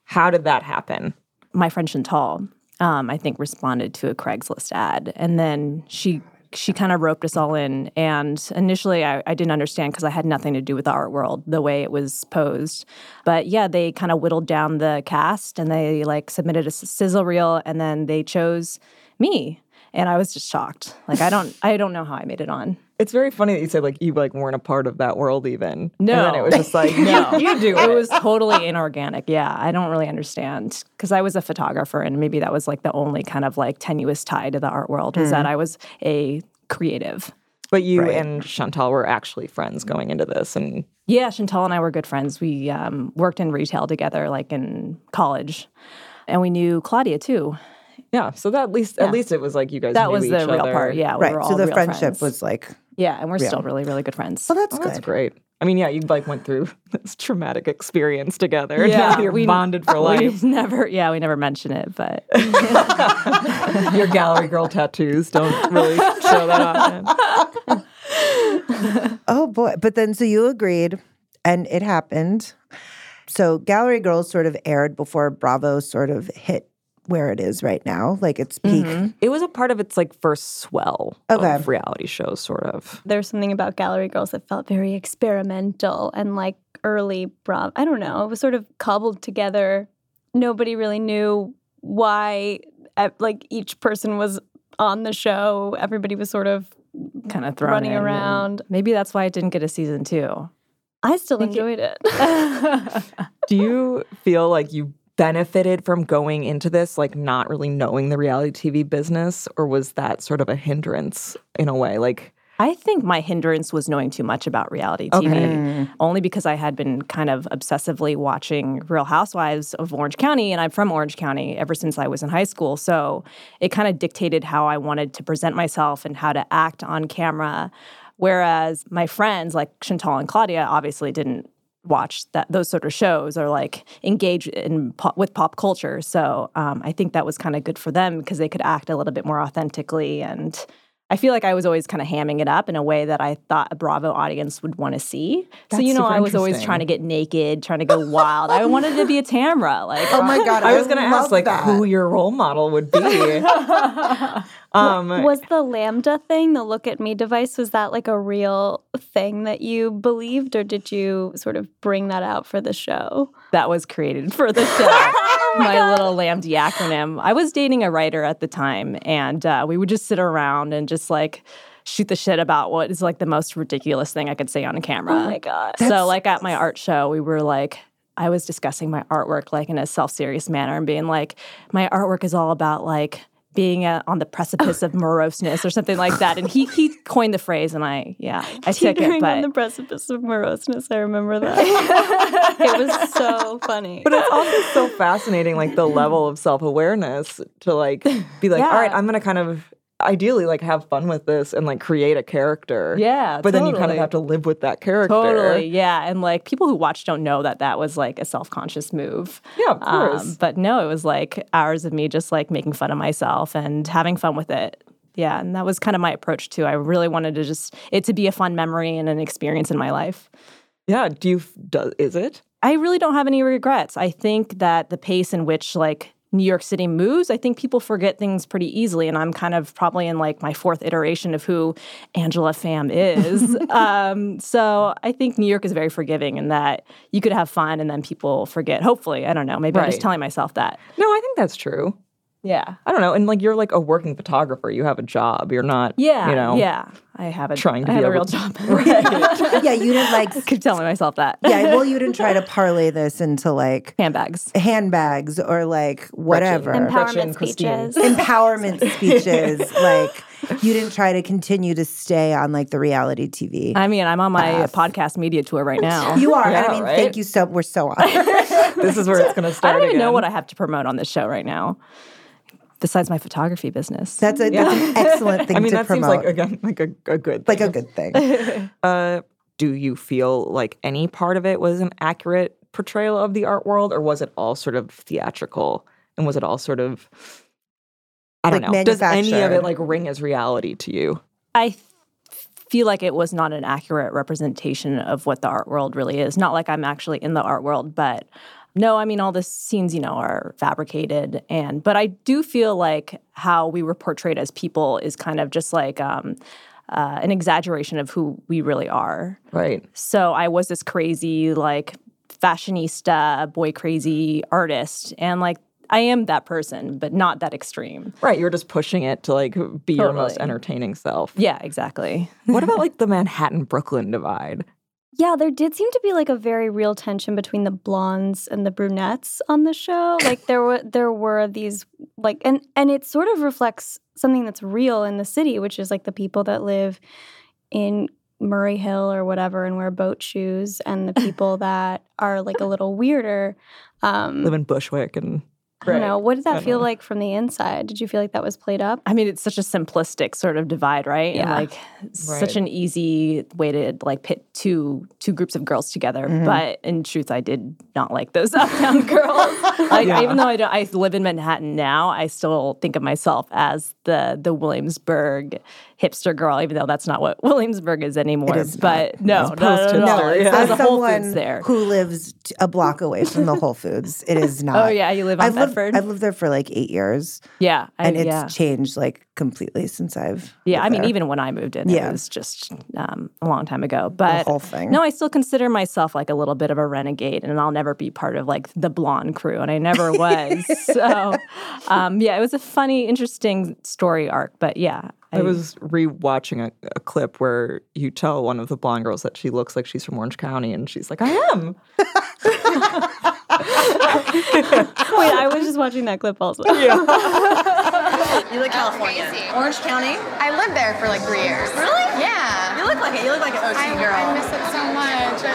How did that happen? my friend Chantal, um, I think, responded to a Craigslist ad, and then she she kind of roped us all in. And initially, I, I didn't understand because I had nothing to do with the art world, the way it was posed. But yeah, they kind of whittled down the cast, and they like submitted a s- sizzle reel, and then they chose me, and I was just shocked. Like I don't I don't know how I made it on. It's very funny that you said like you like weren't a part of that world even. No, and then it was just like no, you do. It was totally inorganic. Yeah, I don't really understand because I was a photographer, and maybe that was like the only kind of like tenuous tie to the art world was Mm. that I was a creative. But you Right. and Chantal were actually friends going into this, and Yeah, Chantal and I were good friends. We um, worked in retail together, like in college, and we knew Claudia too. Yeah, so that at least Yeah. at least it was like you guys. that knew was the each real other. part. Yeah, we right. were all so the real friendship friends. was like yeah, and we're real. still really really good friends. Well, that's Oh, good. that's great. I mean, yeah, you like went through this traumatic experience together. and now you're we- bonded for life. We never, yeah, we never mention it, but Your gallery girl tattoos don't really show that often. oh boy. But then so you agreed and it happened. So Gallery Girls sort of aired before Bravo sort of hit where it is right now. Like it's peak. It was a part of its like first swell Okay. of reality shows, sort of. There's something about Gallery Girls that felt very experimental and like early Bravo. I don't know. It was sort of cobbled together. Nobody really knew why, eh, like, each person was on the show. Everybody was sort of kind of thrown running in and around. Maybe that's why I didn't get a season two. I still enjoyed it. Do you feel like you benefited from going into this, like not really knowing the reality TV business, or was that sort of a hindrance in a way? Like, I think my hindrance was knowing too much about reality TV, Okay. Mm. only because I had been kind of obsessively watching Real Housewives of Orange County, and I'm from Orange County ever since I was in high school. So it kind of dictated how I wanted to present myself and how to act on camera. Whereas my friends, like Chantal and Claudia, obviously didn't watch that those sort of shows or like engage in pop, with pop culture. So um, I think that was kind of good for them because they could act a little bit more authentically. And I feel like I was always kind of hamming it up in a way that I thought a Bravo audience would want to see. so That's you know, super I was always interesting. trying to get naked, trying to go wild. I wanted to be a Tamra. Like, Oh my God, I was gonna ask, like, who your role model would be. Um, was the lambda thing the look at me device was that like a real thing that you believed or did you sort of bring that out for the show that was created for the show my little lambda acronym i was dating a writer at the time and uh, we would just sit around and just like shoot the shit about what is like the most ridiculous thing i could say on camera Oh my God. so like at my art show we were like i was discussing my artwork like in a self-serious manner and being like my artwork is all about like being uh on the precipice of moroseness or something like that, and he he coined the phrase, and I yeah I took Teetering it, but on the precipice of moroseness i remember that it was so funny But it's also so fascinating, like the level of self awareness to like be like, all right, I'm gonna kind of ideally like have fun with this and like create a character. Yeah, But then you kind of totally. have to live with that character. Totally, yeah. And like people who watch don't know that that was like a self conscious move. Yeah, of Um, course. but no, it was like hours of me just like making fun of myself and having fun with it. Yeah, and that was kind of my approach too. I really wanted to just it to be a fun memory and an experience in my life. Yeah. Do you do, is it? I really don't have any regrets. I think that the pace in which like New York City moves, I think people forget things pretty easily. And I'm kind of probably in like my fourth iteration of who Angela Pham is. um, so I think New York is very forgiving in that you could have fun and then people forget. Hopefully, I don't know. Maybe I'm Right. just telling myself that. No, I think that's true. Yeah. I don't know. And like you're like a working photographer. You have a job. You're not Yeah. you know yeah. I have a, trying to I be have a able real to- job. yeah, you didn't like keep telling myself that. yeah, well, you didn't try to parlay this into like handbags, handbags, or like whatever Empowerment Gretchen, Christine. speeches. empowerment speeches. Like you didn't try to continue to stay on like the reality TV. I mean, I'm Uh, on my podcast media tour right now. You are, and I mean, thank you so. We're so on. this is where it's going to I start don't even know again. what I have to promote on this show right now, besides my photography business. That's, a, that's an excellent thing I mean, to that promote. seems like again like a, a good thing. like a good thing. uh, do you feel like any part of it was an accurate portrayal of the art world, or was it all sort of theatrical? And was it all sort of I don't Like know. Does any of manufactured. it like ring as reality to you? I th- feel like it was not an accurate representation of what the art world really is. Not like I'm actually in the art world, but no, I mean all the scenes, you know, are fabricated and but I do feel like how we were portrayed as people is kind of just like um uh, an exaggeration of who we really are. Right. So I was this crazy, like, fashionista, boy crazy artist. And, like, I am that person, but not that extreme. Right. You're just pushing it to like be your most Totally. entertaining self. Yeah, exactly. what about like the Manhattan Brooklyn divide? yeah there did seem to be like a very real tension between the blondes and the brunettes on the show like there were there were these like and and it sort of reflects something that's real in the city which is like the people that live in Murray Hill or whatever and wear boat shoes and the people that are like a little weirder um Live in Bushwick and I don't know. What did I that don't feel know. like from the inside? Did you feel like that was played up? I mean, it's such a simplistic sort of divide, right? And Yeah. like Right. such an easy way to like pit two two groups of girls together. Mm-hmm. Mhm. But in truth, I did not like those uptown girls. Like Yeah. even though I don't, I live in Manhattan now, I still think of myself as the the Williamsburg hipster girl, even though that's not what Williamsburg is anymore. is but no, It's no, no, no, no. No, There's as a Whole someone Foods there. who lives t- a block away from the Whole Foods, it is not. Oh yeah, you live on I've lived, Bedford. I've lived there for like eight years. Yeah, I- and it's yeah. changed like completely since I've. Yeah, I lived mean, there. even when I moved in, Yeah. it was just um, a long time ago. But whole thing. No, I still consider myself like a little bit of a renegade, and I'll never be part of like the blonde crew, and I never was. so, um, yeah, it was a funny, interesting story arc. But yeah, I was rewatching a, a clip where you tell one of the blonde girls that she looks like she's from Orange County, and she's like, "I am." Wait, I was just watching that clip also. You live California. Orange County? I lived there for like three years. Really? Yeah. You look like it. You look like an OC girl. I miss it so much. I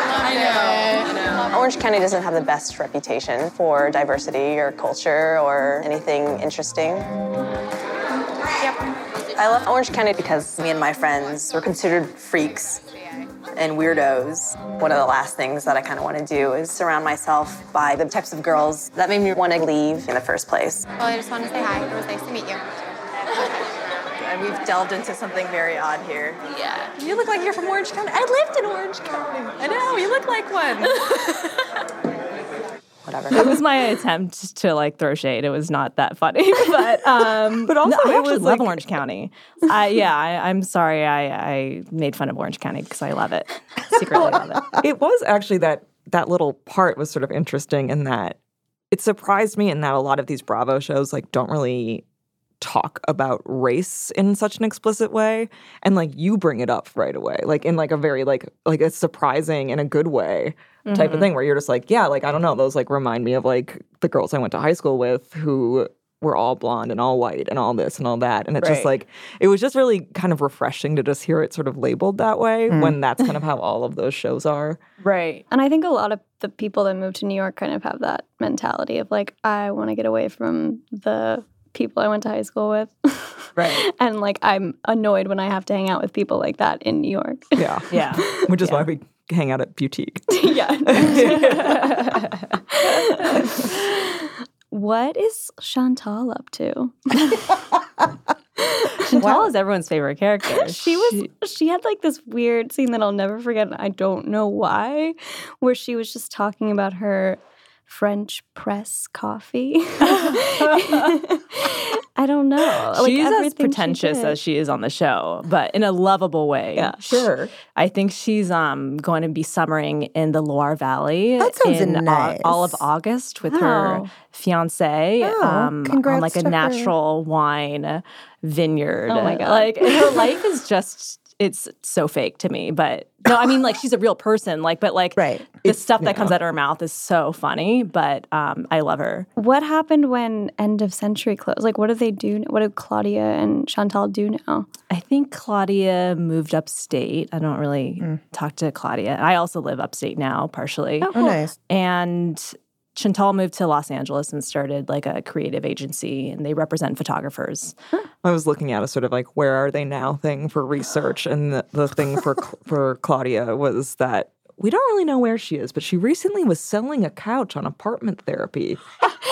love it. I know. Orange County doesn't have the best reputation for diversity or culture or anything interesting. I left Orange County because me and my friends were considered freaks and weirdos. One of the last things that I kind of want to do is surround myself by the types of girls that made me want to leave in the first place. Well, I just wanted to say hi. It was nice to meet you. And we've delved into something very odd here. Yeah. You look like you're from Orange County. I lived in Orange County. I know, you look like one. It was my attempt to like throw shade. It was not that funny, but um, but also I I actually was love like- Orange County. I, yeah, I, I'm sorry I, I made fun of Orange County because I love it secretly. love it. it was actually that that little part was sort of interesting in that it surprised me in that a lot of these Bravo shows like don't really talk about race in such an explicit way and like you bring it up right away like in like a very like like a surprising in a good way type of Mhm. thing where you're just like yeah like I don't know those like remind me of like the girls I went to high school with who were all blonde and all white and all this and all that and it's just Right. like it was just really kind of refreshing to just hear it sort of labeled that way Mm. when that's kind of how all of those shows are Right. And I think a lot of the people that move to New York kind of have that mentality of like, I want to get away from the people I went to high school with. Right. and like, I'm annoyed when I have to hang out with people like that in New York. Yeah. Yeah. Which is why we hang out at boutique. what is Chantal up to? Chantal is everyone's favorite character. she was she had like this weird scene that I'll never forget and I don't know why where she was just talking about her French press coffee. I don't know. Oh, Like, She's as everything pretentious she did. as she is on the show, but in a lovable way. Yeah, sure. I think she's um, going to be summering in the Loire Valley That sounds in au- nice. all of August with Wow. her fiance Oh, on congrats like to a her. natural wine vineyard. Oh my God. Like and her life is just it's so fake to me, but no, I mean like she's a real person, like but like the stuff that comes out of her mouth is so funny, but um, I love her. What happened when end of century closed? Like, what do they do? What do Claudia and Chantal do now? I think Claudia moved upstate. I don't really talk to Claudia. I also live upstate now, partially. Oh, Oh, cool. nice. And Chantal moved to Los Angeles and started like a creative agency, and they represent photographers. I was looking at a sort of like where are they now thing for research, and the, the thing for Cl- for Claudia was that we don't really know where she is, but she recently was selling a couch on apartment therapy.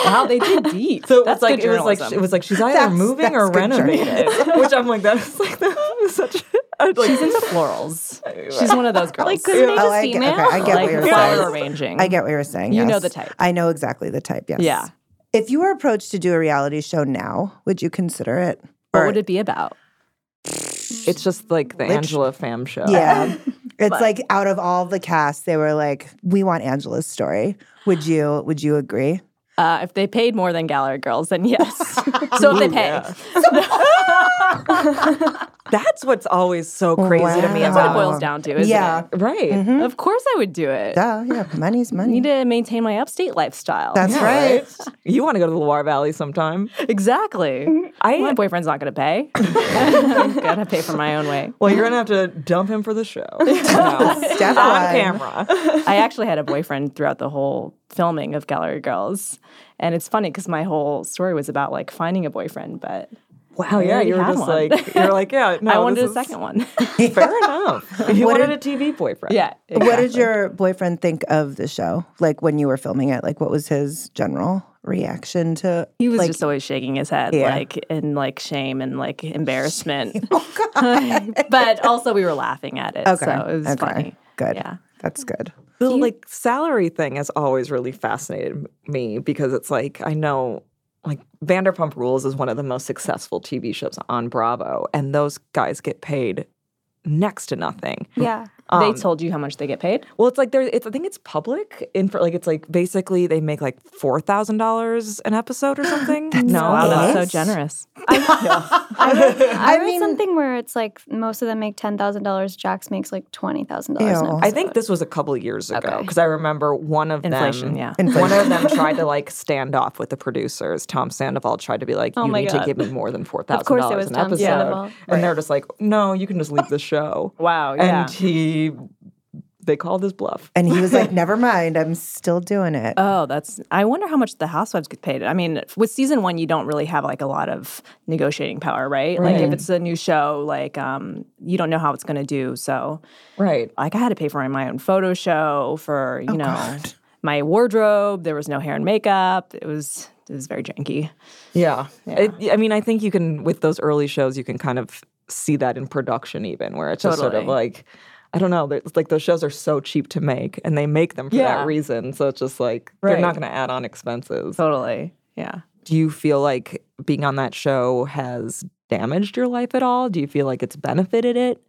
Wow, they did deep. So it That's was like good it was like journalism. it was like she's either That's- moving that's or good journalism. renovating, which I'm like that's like such. A, like, She's into florals. She's one of those girls. Like, couldn't they Oh, I get, okay, I get what Like, you're flower saying. arranging. I get what you're saying. You know yes. the type. I know exactly the type. Yes. Yeah. If you were approached to do a reality show now, would you consider it? What would it be about? It's just like the Lit- Angela Fam show. Yeah. It's But- like out of all the cast, they were like, "We want Angela's story." Would you? Would you agree? Uh, if they paid more than Gallery Girls, then yes. so if they pay. That's what's always so crazy to me. That's what it about- Um, boils down to, isn't yeah. it? Right. Mm-hmm. Of course I would do it. Duh, yeah. Money's money. Need to maintain my upstate lifestyle. Yeah, You want to go to the Loire Valley sometime. Exactly. my boyfriend's not going to pay. Gotta pay for my own way. Well, you're gonna have to dump him for the show. No. Step on one. camera. I actually had a boyfriend throughout the whole filming of Gallery Girls, and it's funny because my whole story was about like finding a boyfriend, but Wow, yeah, you were just like you're like, yeah, no, I wanted Oh, this a is- second one. Fair enough. You What wanted did- a TV boyfriend. Yeah, What did your boyfriend think of the show? Like when you were filming it, like what was his general reaction to? He was like, just always shaking his head, Yeah. like in like shame and like embarrassment. but also, we were laughing at it, Oh, Okay, so it was okay. funny. Good. Yeah. That's good. The like salary thing has always really fascinated me because it's like I know like Vanderpump Rules is one of the most successful TV shows on Bravo, and those guys get paid next to nothing. Yeah. They Um, told you how much they get paid. Well, it's like there. It's, I think it's public. In for like it's like basically they make like four thousand dollars an episode or something. Oh, That's no, wow, that's so generous. I, I read, I read something where it's like most of them make ten thousand dollars. Jax makes like twenty thousand dollars. I think this was a couple years ago because I remember one of Inflation, them. yeah. One Inflation. of them tried to like stand off with the producers. Tom Sandoval tried to be like, Oh "You my need God. to give me more than four Of thousand course it dollars was an Tom episode," Sandoval. and they're just like, "No, you can just leave the show." wow, And he, they called his bluff. And he was like, never mind, I'm still doing it. Oh, that's. I wonder how much the housewives get paid. I mean, with season one, you don't really have like a lot of negotiating power, right? Like if Right. it's a new show, like um, you don't know how it's going to do. So, right. Like I had to pay for my own photo show for you know my wardrobe. There was no hair and makeup. It was it was very janky. Yeah. It, I mean, I think you can, with those early shows, you can kind of see that in production, even where it's just sort of Totally. like, I don't know, it's like those shows are so cheap to make and they make them for Yeah. that reason. So it's just like, Right. they're not going to add on expenses. Totally. Yeah. Do you feel like being on that show has damaged your life at all? Do you feel like it's benefited it?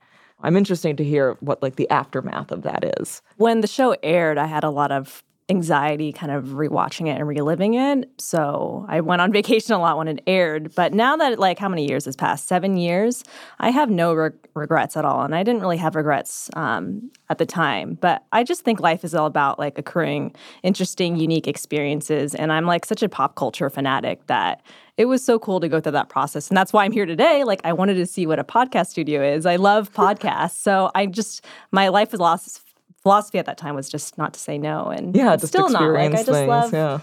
I'm interested to hear what like the aftermath of that is. When the show aired, I had a lot of anxiety kind of rewatching it and reliving it. So I went on vacation a lot when it aired. But now that, like, how many years has passed? Seven years. I have no reg- regrets at all. And I didn't really have regrets um, at the time. But I just think life is all about like accruing interesting, unique experiences. And I'm like such a pop culture fanatic that it was so cool to go through that process. And that's why I'm here today. Like, I wanted to see what a podcast studio is. I love podcasts. so I just, my life is lost philosophy at that time was just not to say no and Yeah, it's just still not like i experience just things, love yeah.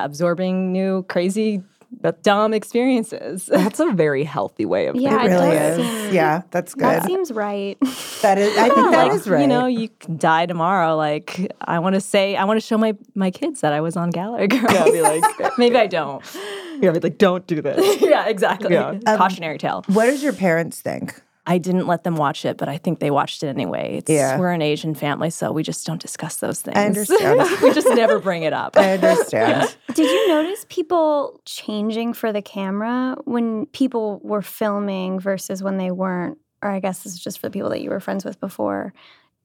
yeah, absorbing new crazy dumb experiences That's a very healthy way of Yeah, it it really does is. seem- Yeah, that's good. That seems right. That is, I think that like, is right. You know, you can die tomorrow. Like, I want to say, I want to show my my kids that I was on Gallagher. Girls. Yeah, be like- Maybe I don't. Yeah, but like, don't do this. yeah, exactly. Yeah. Um, Cautionary tale. What does your parents think? I didn't let them watch it, but I think they watched it anyway. It's, Yeah. We're an Asian family, so we just don't discuss those things. understand. we just never bring it up. I understand. Did you notice people changing for the camera when people were filming versus when they weren't? Or I guess this is just for the people that you were friends with before.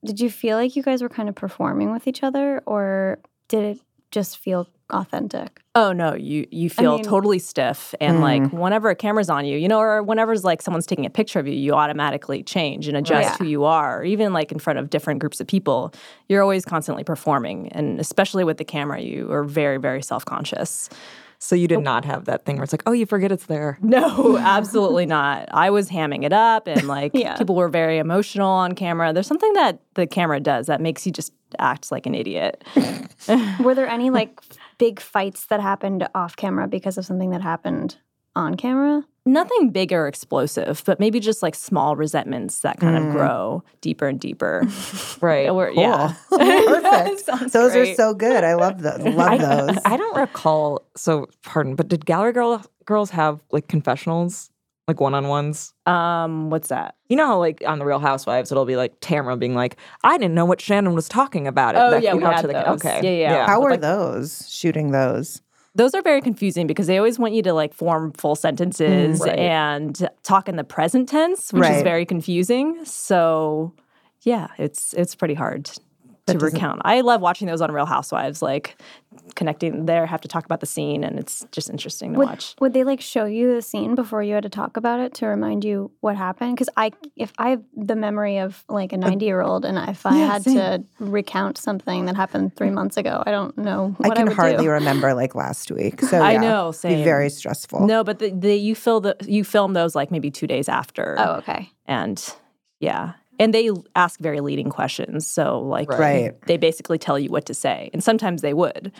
Did you feel like you guys were kind of performing with each other or did it just feel authentic? Oh no, you you feel mean- totally stiff and like Mm. whenever a camera's on you, you know, or whenever's like someone's taking a picture of you, you automatically change and adjust Yeah. who you are. Or even like in front of different groups of people, you're always constantly performing, and especially with the camera, you are very very self conscious. So you did not have that thing where it's like, oh, you forget it's there. No, absolutely not. I was hamming it up, and like Yeah. people were very emotional on camera. There's something that the camera does that makes you just act like an idiot. were there any like big fights that happened off camera because of something that happened on camera? nothing big or explosive, but maybe just like small resentments that kind Mm. of grow deeper and deeper. right. Or- Yeah. Perfect. those are great. so good. I love those. Love those. I don't recall. So pardon, but did Gallery Girl girls have like confessionals, like one on ones? Um, what's that? You know how like on the Real Housewives, it'll be like Tamara being like, "I didn't know what Shannon was talking about." Oh, That yeah, came we out had to the, those. Okay, Yeah, yeah. How But, are like- those shooting those? Those are very confusing because they always want you to like form full sentences Mm. Right. and talk in the present tense, which is Right. very confusing. So, yeah, it's it's pretty hard to That doesn't- recount. I love watching those on Real Housewives, like connecting there, have to talk about the scene, and it's just interesting to would, watch. Would they like show you the scene before you had to talk about it to remind you what happened? Because I, if I have the memory of like a ninety-year-old, and if I Yeah, had to same. Mm. recount something that happened three months ago, I don't know I what I, can would hardly do. remember like last week. So I yeah, know, it'd Be same. very stressful. No, but the, the you fill the you film those like maybe two days after. Oh, okay. And yeah. And they l- ask very leading questions. So like Right. Right. they basically tell you what to say. And sometimes they would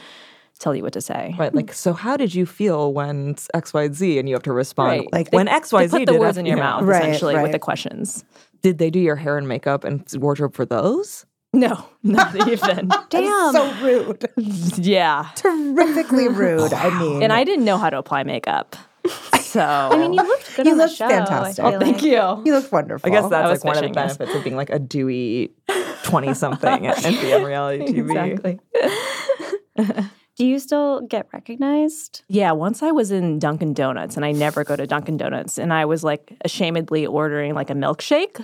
tell you what to say. Right, like so. How did you feel when it's X, Y, Z, and you have to respond? Right. Like They- when X, Y, they Z put the did words F- in your yeah. mouth, Right, essentially, with right. the questions. Did they do your hair and makeup and wardrobe for those? No, not even. Damn. So rude. yeah. Terrifically rude. I mean, And I didn't know how to apply makeup. So I mean, you looked good You on the looked show. I fantastic. Oh, feel thank like. you. You look wonderful. I guess that's I like was one of the fishing, yes. benefits of being like a dewy twenty something at NPM reality TV. Exactly. Do you still get recognized? Yeah, once I was in Dunkin' Donuts, and I never go to Dunkin' Donuts, and I was like ashamedly ordering like a milkshake,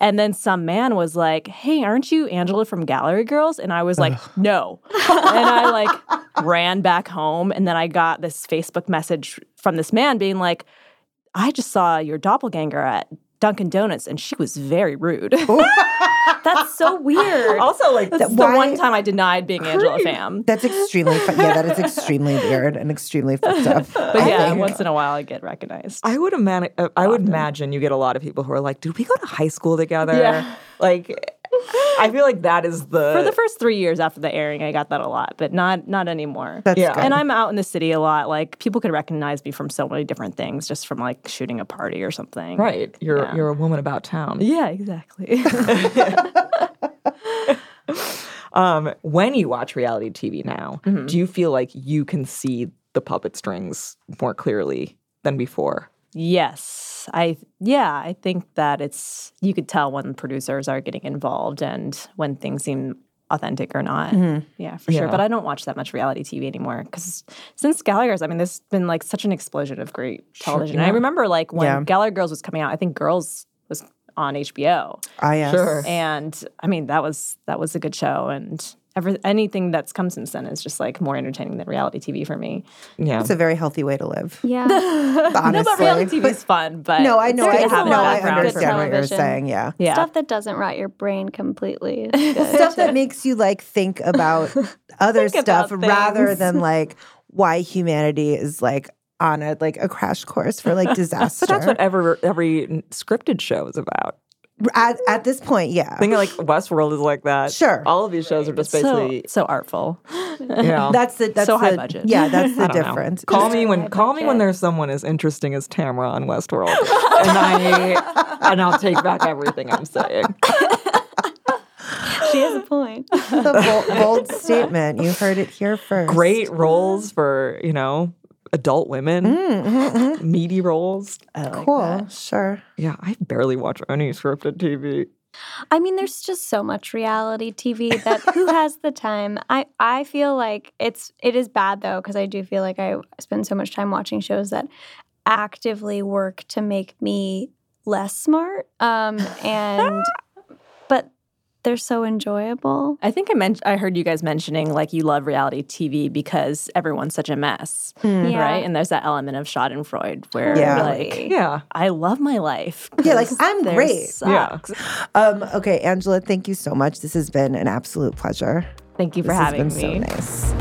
and then some man was like, "Hey, aren't you Angela from Gallery Girls?" And I was like, "No," and I like ran back home, and then I got this Facebook message from this man being like. I just saw your doppelganger at Dunkin' Donuts and she was very rude. That's so weird. Also, like That's the why- one time I denied being Angela Pham. That's extremely fu- yeah. That is extremely weird and extremely fucked up. But I yeah, think- once in a while I get recognized. I would imagine. I would imagine you get a lot of people who are like, "Did we go to high school together?" Yeah. Like, I feel like that is the For the first three years after the airing, I got that a lot, but not not anymore. That's Yeah. good. And I'm out in the city a lot. Like people could recognize me from so many different things, just from like shooting a party or something. right. You're Yeah. you're a woman about town. Yeah, exactly. Um, when you watch reality TV now, Mm-hmm. do you feel like you can see the puppet strings more clearly than before? Yes. I yeah, I think that it's you could tell when producers are getting involved and when things seem authentic or not. Mhm. Mm-hmm. Yeah, for sure. Yeah. But I don't watch that much reality TV anymore cuz since Gallagher's, I mean there's been like such an explosion of great television. And I yeah. remember like when Yeah. Gallagher Girls was coming out, I think Girls was on HBO. Ah, yes. Sure. And I mean that was that was a good show and every, anything that's come since then is just like more entertaining than reality TV for me. Yeah. It's a very healthy way to live. Yeah. no, but Honestly. reality TV is fun, but no, I it's know. good I, to have no, that I background. understand what you're saying. Yeah. Stuff that doesn't rot your brain completely. stuff that makes you like think about other Think stuff about rather things. than like why humanity is like on a like a crash course for like disaster. But that's what ever every scripted show is about. at, at this point, yeah. I think like Westworld is like that. Sure. All of these shows are just It's so- basically so, artful. Yeah. That's the that's So the, high budget. Yeah, that's the I don't know. difference. Call me when call me when there's someone as interesting as Tamara on Westworld, and I and I'll take back everything I'm saying. she has a point. the bold, bold statement. You heard it here first. Great roles for you know adult women, Mm, meaty roles. cool. Sure. Yeah, I barely watch any scripted TV. I mean, there's just so much reality TV that who has the time? I, I feel like it's it is bad though because I do feel like I spend so much time watching shows that actively work to make me less smart. Um, and but they're so enjoyable. I think I men- I heard you guys mentioning like you love reality TV because everyone's such a mess, Mm. Yeah. right? And there's that element of Schadenfreude where Yeah. like yeah, I love my life. Yeah, like 'cause I'm theirs great. sucks. Um, okay, Angela, thank you so much. This has been an absolute pleasure. Thank you for This has having been so me. nice.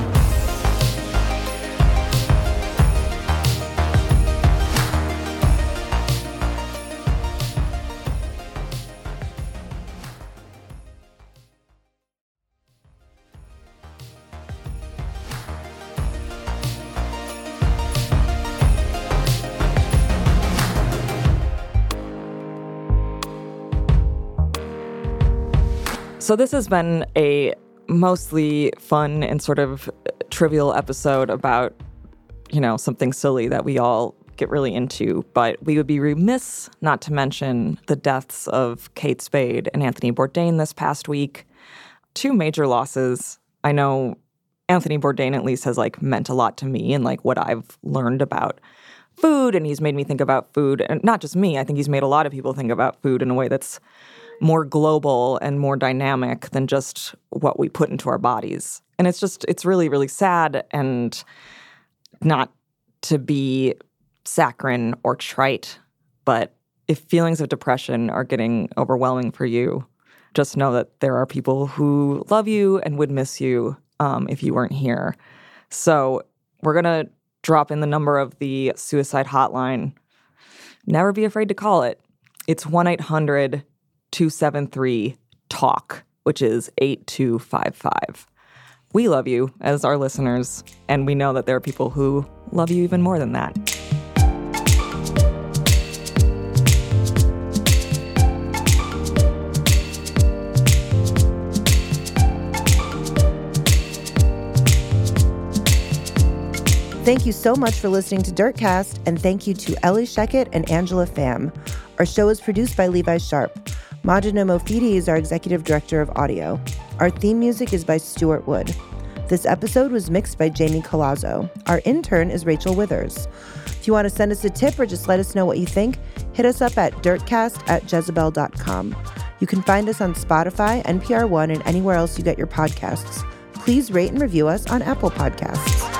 So this has been a mostly fun and sort of trivial episode about you know something silly that we all get really into, but we would be remiss not to mention the deaths of Kate Spade and Anthony Bourdain this past week. Two major losses. I know Anthony Bourdain at least has like meant a lot to me and like what I've learned about food and he's made me think about food and not just me, I think he's made a lot of people think about food in a way that's more global and more dynamic than just what we put into our bodies. And it's just, it's really, really sad and not to be saccharine or trite, but if feelings of depression are getting overwhelming for you, just know that there are people who love you and would miss you um, if you weren't here. So we're going to drop in the number of the suicide hotline. Never be afraid to call it. It's 1 800 273 TALK, which is 8255. We love you as our listeners, and we know that there are people who love you even more than that. Thank you so much for listening to Dirtcast, and thank you to Ellie Sheckett and Angela Pham. Our show is produced by Levi Sharp. Majid Mofidi is our executive director of audio. Our theme music is by Stuart Wood. This episode was mixed by Jamie Colazzo. Our intern is Rachel Withers. If you want to send us a tip or just let us know what you think, hit us up at dirtcast at jezebel.com. You can find us on Spotify, NPR One, and anywhere else you get your podcasts. Please rate and review us on Apple Podcasts.